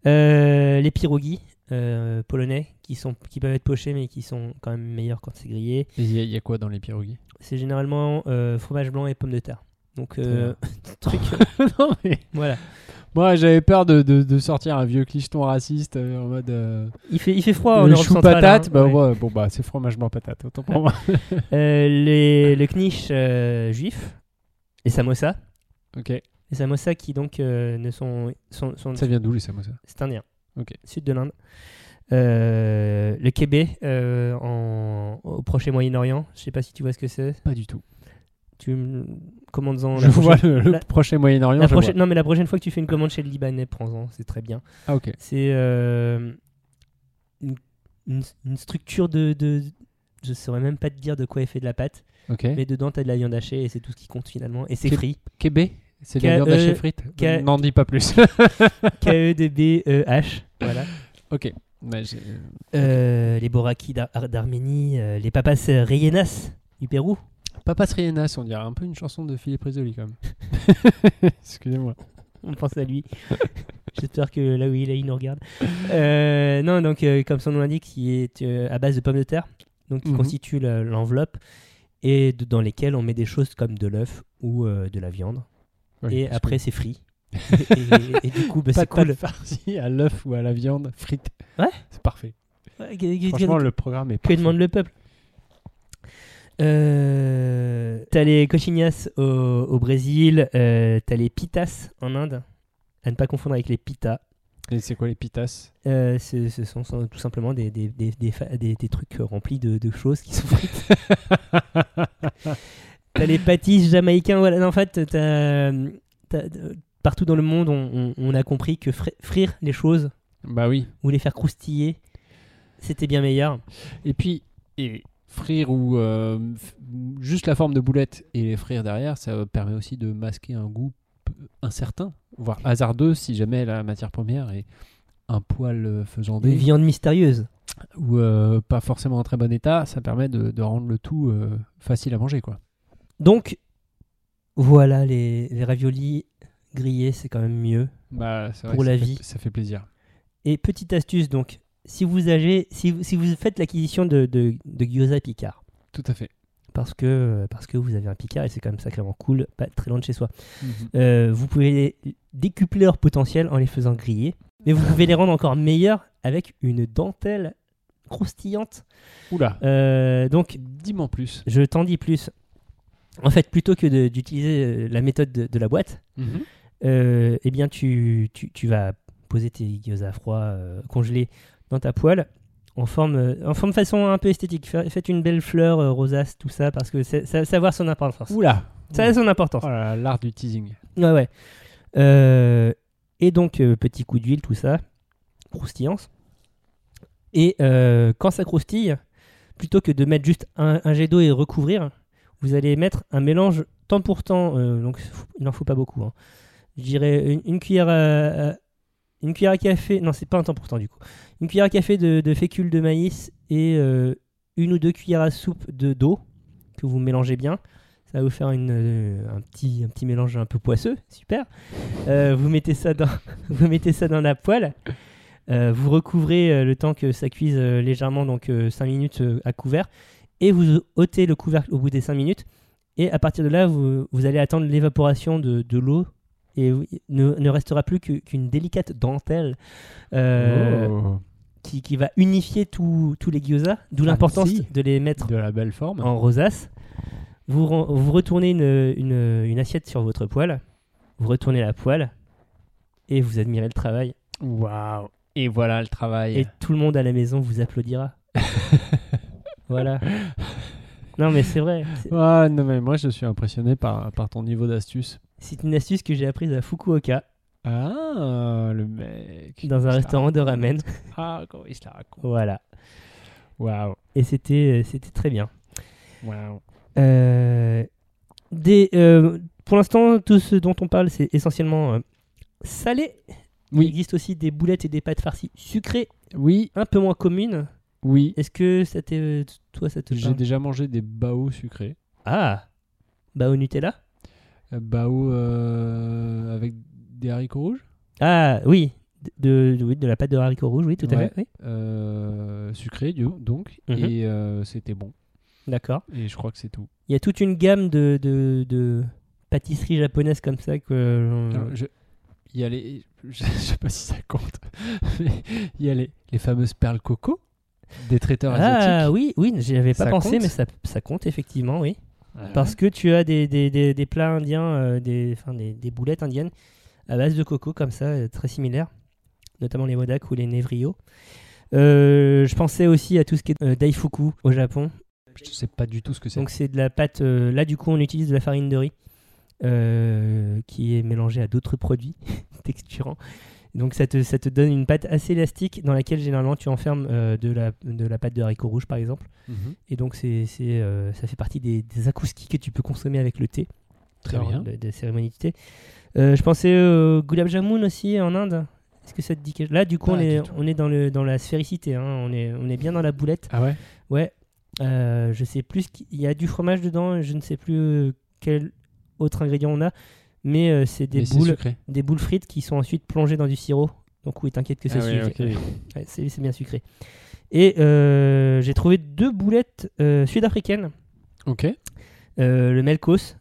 Speaker 1: Euh, les pierogies euh, polonais qui sont qui peuvent être pochés mais qui sont quand même meilleurs quand c'est grillé.
Speaker 2: Et Il y, a- il y a quoi dans les pierogies
Speaker 1: c'est généralement euh, fromage blanc et pommes de terre. Donc, euh, truc.
Speaker 2: Non, mais
Speaker 1: voilà.
Speaker 2: moi j'avais peur de, de- de sortir un vieux clicheton raciste euh, en mode euh,
Speaker 1: Il fait, il fait froid en
Speaker 2: le
Speaker 1: Europe
Speaker 2: chou
Speaker 1: centrale,
Speaker 2: patate.
Speaker 1: hein,
Speaker 2: bah
Speaker 1: ouais.
Speaker 2: ouais, bon bah c'est fromage blanc patate, autant pour moi.
Speaker 1: Euh, les, le knish euh, juif, les samosas.
Speaker 2: ok,
Speaker 1: Les samosas qui, donc, euh, ne sont. sont, sont-
Speaker 2: ça vient d'où les samosas
Speaker 1: c'est indien.
Speaker 2: Ok.
Speaker 1: Sud de l'Inde. Euh, le kébé euh, en, au Proche et Moyen-Orient. Je sais pas si tu vois ce que c'est.
Speaker 2: Pas du tout.
Speaker 1: Tu me- commandes-en.
Speaker 2: Je
Speaker 1: la
Speaker 2: vois
Speaker 1: prochaine-
Speaker 2: le, le
Speaker 1: la-
Speaker 2: prochain Moyen-Orient.
Speaker 1: la
Speaker 2: je vois.
Speaker 1: prochaine- non, mais la prochaine fois que tu fais une commande chez le Libanais, prends-en. C'est très bien.
Speaker 2: Ah ok.
Speaker 1: C'est euh, une, une- une structure de, de. Je saurais même pas te dire de quoi est fait de la pâte,
Speaker 2: Ok.
Speaker 1: mais dedans t'as de la viande hachée et c'est tout ce qui compte finalement. Et c'est
Speaker 2: Qui-
Speaker 1: frit.
Speaker 2: Québec, c'est de
Speaker 1: K-
Speaker 2: la viande hachée
Speaker 1: E-
Speaker 2: frite.
Speaker 1: K-
Speaker 2: N'en dis pas plus.
Speaker 1: E K-E-D-B-E-H. Voilà.
Speaker 2: ok. Bah, j'ai-
Speaker 1: Euh, les boraki d'Ar- d'Arménie, euh, les papas euh, rellenas du Pérou.
Speaker 2: Papas Rienas, on dirait un peu une chanson de Philippe Risoli quand même. Excusez-moi.
Speaker 1: On pense à lui. J'espère que là où il est, il nous regarde. Euh, non, donc, euh, comme son nom l'indique, il est euh, à base de pommes de terre, donc qui
Speaker 2: Mhm.
Speaker 1: constitue la- l'enveloppe, et de- dans lesquelles on met des choses comme de l'œuf ou euh, de la viande.
Speaker 2: Oui,
Speaker 1: et
Speaker 2: parce
Speaker 1: après,
Speaker 2: que
Speaker 1: c'est frit. et, et du coup, bah,
Speaker 2: pas
Speaker 1: c'est
Speaker 2: de pâte
Speaker 1: cool.
Speaker 2: farcie à l'œuf ou à la viande frite.
Speaker 1: Ouais.
Speaker 2: C'est parfait.
Speaker 1: Ouais, que- que-
Speaker 2: Franchement,
Speaker 1: que-
Speaker 2: le programme est
Speaker 1: que
Speaker 2: parfait.
Speaker 1: demande le peuple Euh, T'as les cochinias au, au Brésil, euh, t'as les pitas en Inde, à ne pas confondre avec les pitas.
Speaker 2: Et c'est quoi les pitas
Speaker 1: Euh, ce, ce sont sont tout simplement des, des, des, des fa- des- des trucs remplis de, de choses qui sont frites. t'as les pâtisses jamaïcains, voilà. Non, en fait, t'as- t'as- euh, partout dans le monde, on, on- on a compris que fri- frire les choses
Speaker 2: Bah oui.
Speaker 1: ou les faire croustiller, c'était bien meilleur.
Speaker 2: Et puis, et frire ou euh, f- juste la forme de boulette et les frire derrière, ça permet aussi de masquer un goût p- incertain, voire hasardeux si jamais la matière première est un poil euh,
Speaker 1: Des
Speaker 2: faisandé
Speaker 1: viandes mystérieuses.
Speaker 2: ou euh, pas forcément en très bon état, ça permet de, de rendre le tout euh, facile à manger quoi.
Speaker 1: Donc, voilà, les, les raviolis grillés, c'est quand même mieux.
Speaker 2: Bah, c'est
Speaker 1: vrai Pour que ça la
Speaker 2: fait,
Speaker 1: fait- vie.
Speaker 2: Ça fait plaisir.
Speaker 1: Et petite astuce, donc, si vous, avez, si, vous- si vous faites l'acquisition de, de, de gyoza Picard,
Speaker 2: Tout à fait.
Speaker 1: parce que, parce que vous avez un Picard et c'est quand même sacrément cool, pas très loin de chez soi.
Speaker 2: Mhm.
Speaker 1: Euh, vous pouvez les- décupler leur potentiel en les faisant griller, mais vous pouvez les rendre encore meilleurs avec une dentelle croustillante.
Speaker 2: Oula,
Speaker 1: Euh, donc,
Speaker 2: dis-moi en plus.
Speaker 1: je t'en dis plus. En fait, plutôt que de- d'utiliser euh, la méthode de, de la boîte,
Speaker 2: Mhm.
Speaker 1: euh, eh bien, tu, tu, tu vas poser tes gyoza froids euh, congelés dans ta poêle en forme, euh, en forme façon un peu esthétique. Fa- Faites une belle fleur euh, rosace, tout ça, parce que c'est- ça, ça va avoir son importance.
Speaker 2: Oula
Speaker 1: Ça a son importance.
Speaker 2: Oh là là, L'art du teasing.
Speaker 1: Ouais, ouais. Euh, et donc, euh, petit coup d'huile, tout ça, croustillance. Et euh, quand ça croustille, plutôt que de mettre juste un, un jet d'eau et recouvrir, vous allez mettre un mélange temps pour temps, euh, donc f- il n'en faut pas beaucoup. hein. Je dirais une, une cuillère à, à- une cuillère à café, non, c'est pas un temps pour temps du coup. Une cuillère à café de, de fécule de maïs et euh, une ou deux cuillères à soupe de d'eau que vous mélangez bien. Ça va vous faire une, euh, un, petit, un petit mélange un peu poisseux, super. Euh, vous, mettez ça dans, vous mettez ça dans la poêle. Euh, vous recouvrez euh, le temps que ça cuise euh, légèrement, donc 5 minutes euh, à couvert. Et vous ôtez le couvercle au bout des 5 minutes. Et à partir de là, vous, vous allez attendre l'évaporation de, de l'eau. Et vous- ne, ne restera plus que- qu'une délicate dentelle euh,
Speaker 2: Oh.
Speaker 1: qui, qui va unifier tous tous les gyoza. D'où l'importance
Speaker 2: Fancy.
Speaker 1: de les mettre
Speaker 2: De la belle forme.
Speaker 1: en rosace. Vous, ren- vous retournez une, une- une assiette sur votre poêle, vous retournez la poêle et vous admirez le travail.
Speaker 2: Waouh Et voilà le travail.
Speaker 1: Et tout le monde à la maison vous applaudira. voilà. Non, mais c'est vrai. C'est-
Speaker 2: Ah, non, mais moi, je suis impressionné par, par ton niveau d'astuce.
Speaker 1: C'est une astuce que j'ai apprise à Fukuoka
Speaker 2: Ah, le mec.
Speaker 1: dans un
Speaker 2: Ça-
Speaker 1: restaurant de ramen.
Speaker 2: Ah, comment il se la raconte.
Speaker 1: Voilà.
Speaker 2: Waouh.
Speaker 1: Et c'était euh, c'était très bien.
Speaker 2: Waouh.
Speaker 1: Euh, des, euh, pour l'instant, tout ce dont on parle, c'est essentiellement euh, salé.
Speaker 2: Oui.
Speaker 1: Il existe aussi des boulettes et des pâtes farcies sucrées,
Speaker 2: Oui,
Speaker 1: un peu moins communes.
Speaker 2: oui.
Speaker 1: Est-ce que ça t'est- euh, toi ça te
Speaker 2: J'ai
Speaker 1: parle
Speaker 2: déjà mangé des bao sucrés.
Speaker 1: Ah Bah au Nutella
Speaker 2: Euh, Bao euh, avec des haricots rouges
Speaker 1: Ah oui de, de- oui, de la pâte de haricots rouges, oui, tout à
Speaker 2: Ouais.
Speaker 1: fait. oui.
Speaker 2: euh, sucrés, du- donc.
Speaker 1: Mhm.
Speaker 2: Et euh, c'était bon.
Speaker 1: D'accord.
Speaker 2: Et je crois que c'est tout.
Speaker 1: Il y a toute une gamme de, de, de pâtisseries japonaises comme ça que. l'on-
Speaker 2: Alors, Ah, je... Il y a les... Je sais pas si ça compte. mais Il y a les, les fameuses perles coco des traiteurs
Speaker 1: ah
Speaker 2: asiatiques.
Speaker 1: oui, oui, j'y avais pas
Speaker 2: Ça
Speaker 1: pensé,
Speaker 2: compte
Speaker 1: mais ça, ça compte effectivement, oui.
Speaker 2: Ah,
Speaker 1: Parce que tu as des, des, des, des plats indiens, euh, des, enfin, des, des boulettes indiennes à base de coco comme ça, euh, très similaires, notamment les modak ou les nevrio. Euh, je pensais aussi à tout ce qui est euh, daifuku au Japon.
Speaker 2: Je sais pas du tout ce que c'est.
Speaker 1: Donc c'est de la pâte. euh, là du coup on utilise de la farine de riz euh, qui est mélangée à d'autres produits texturants. Donc ça te, ça te donne une pâte assez élastique dans laquelle généralement tu enfermes euh, de, la, de la pâte de haricots rouges par exemple.
Speaker 2: Mhm.
Speaker 1: Et donc c'est, c'est, euh, ça fait partie des, des akuski que tu peux consommer avec le thé.
Speaker 2: Très
Speaker 1: lors
Speaker 2: bien.
Speaker 1: de- des cérémonies du thé. Euh, je pensais au Gulab Jamun aussi en Inde. Est-ce que ça te dit quelque Là du coup
Speaker 2: Pas
Speaker 1: on est,
Speaker 2: du tout.
Speaker 1: on est dans, le, dans la sphéricité, hein. on, est, on est bien dans la boulette.
Speaker 2: Ah ouais
Speaker 1: Ouais, euh, je sais plus. ce qui- Il y a du fromage dedans, je ne sais plus euh, quel autre ingrédient on a, mais euh, c'est des
Speaker 2: Mais c'est
Speaker 1: boules,
Speaker 2: sucré.
Speaker 1: des boules frites qui sont ensuite plongées dans du sirop. Donc oui, t'inquiète que c'est
Speaker 2: Ah ouais,
Speaker 1: sucré.
Speaker 2: ok.
Speaker 1: Ouais, c'est c'est bien sucré. Et euh, j'ai trouvé deux boulettes euh, sud-africaines,
Speaker 2: Ok.
Speaker 1: euh, le melkos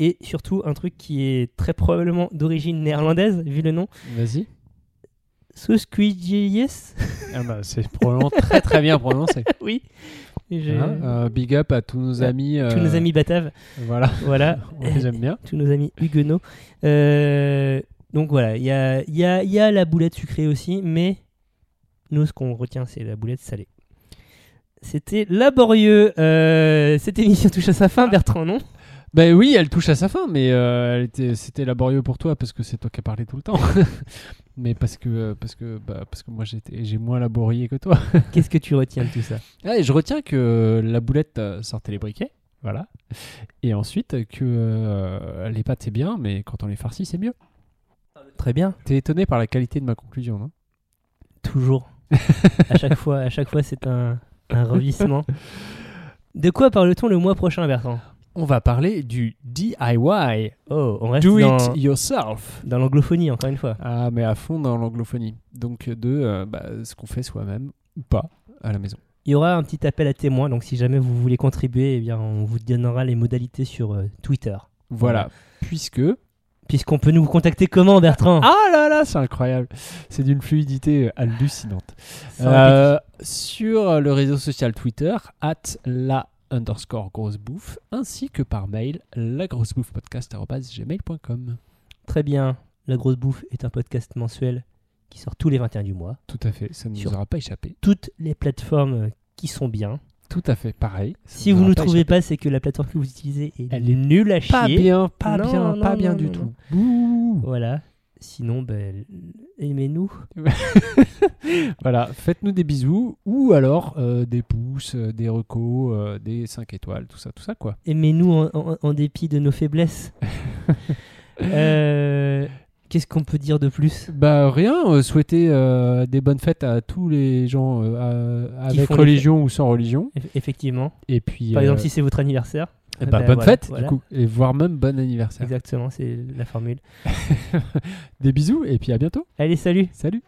Speaker 1: et surtout un truc qui est très probablement d'origine néerlandaise vu le nom,
Speaker 2: Vas-y.
Speaker 1: Sousquijiyes.
Speaker 2: Ah bah, c'est probablement très très bien prononcé.
Speaker 1: oui. J'ai-
Speaker 2: Hein, euh, big up à tous nos
Speaker 1: Ouais,
Speaker 2: amis.
Speaker 1: Tous nos
Speaker 2: euh,
Speaker 1: amis bataves,
Speaker 2: Voilà.
Speaker 1: voilà.
Speaker 2: On les aime bien.
Speaker 1: tous nos amis huguenots. Euh, donc voilà, il y a, il y a- il y a la boulette sucrée aussi, mais nous, ce qu'on retient, c'est la boulette salée. C'était laborieux. Euh, cette émission touche à sa fin, Bertrand, non
Speaker 2: Ben oui, elle touche à sa fin, mais euh, elle était- c'était laborieux pour toi parce que c'est toi qui as parlé tout le temps. mais parce que euh, parce que bah, parce que moi j'étais j'ai moins laborieux que toi.
Speaker 1: Qu'est-ce que tu retiens de tout ça
Speaker 2: Ah, et je retiens que euh, la boulette euh, sortait les briquets, voilà. Et ensuite que euh, les pâtes c'est bien, mais quand on les farcit c'est mieux.
Speaker 1: Très bien.
Speaker 2: T'es étonné par la qualité de ma conclusion, non
Speaker 1: Toujours. à chaque fois, à chaque fois c'est un, un revissement. De quoi parle-t-on le mois prochain, Bertrand
Speaker 2: On va parler du DIY,
Speaker 1: Oh, on reste
Speaker 2: do
Speaker 1: dans,
Speaker 2: it yourself.
Speaker 1: dans l'anglophonie, encore une fois.
Speaker 2: Ah, mais à fond dans l'anglophonie. Donc de euh, bah, ce qu'on fait soi-même ou pas à la maison.
Speaker 1: Il y aura un petit appel à témoins, donc si jamais vous voulez contribuer, eh bien, on vous donnera les modalités sur euh, Twitter.
Speaker 2: Voilà, puisque
Speaker 1: Puisqu'on peut nous contacter comment, Bertrand
Speaker 2: Ah là là, c'est incroyable. C'est d'une fluidité euh,
Speaker 1: Euh,
Speaker 2: hallucinante.
Speaker 1: Sans
Speaker 2: Euh, sur le réseau social Twitter, at la underscore grosse bouffe, ainsi que par mail lagrossebouffepodcast.gmail.com.
Speaker 1: Très bien. La grosse bouffe est un podcast mensuel qui sort tous les 21 du mois.
Speaker 2: Tout à fait, ça ne
Speaker 1: Sur-
Speaker 2: nous aura pas échappé.
Speaker 1: Toutes les plateformes euh, qui sont bien.
Speaker 2: Tout à fait, pareil. ça
Speaker 1: Si vous ne
Speaker 2: aura
Speaker 1: nous trouvez
Speaker 2: échappé.
Speaker 1: pas, c'est que la plateforme que vous utilisez est,
Speaker 2: Elle est
Speaker 1: nulle à
Speaker 2: pas
Speaker 1: chier.
Speaker 2: bien, pas
Speaker 1: Non,
Speaker 2: bien,
Speaker 1: non,
Speaker 2: pas
Speaker 1: non,
Speaker 2: bien
Speaker 1: non,
Speaker 2: du
Speaker 1: non.
Speaker 2: tout. Bouh.
Speaker 1: Voilà. Sinon, ben, aimez-nous.
Speaker 2: Voilà, faites-nous des bisous ou alors euh, des pouces, euh, des recos, euh, des 5 étoiles, tout ça, tout ça quoi.
Speaker 1: Aimez-nous en, en- en dépit de nos faiblesses. Euh, Qu'est-ce qu'on peut dire de plus
Speaker 2: Bah rien, euh, souhaitez euh, des bonnes fêtes à tous les gens euh, à-
Speaker 1: Qui
Speaker 2: avec
Speaker 1: font les
Speaker 2: religion ou sans religion.
Speaker 1: Eff- Effectivement.
Speaker 2: Et puis,
Speaker 1: Par
Speaker 2: euh,
Speaker 1: exemple, si c'est votre anniversaire.
Speaker 2: eh bah,
Speaker 1: ben,
Speaker 2: bonne
Speaker 1: voilà,
Speaker 2: fête
Speaker 1: voilà.
Speaker 2: du coup, et voire même bon anniversaire.
Speaker 1: Exactement, c'est la formule.
Speaker 2: Des bisous et puis à bientôt.
Speaker 1: Allez, salut
Speaker 2: Salut.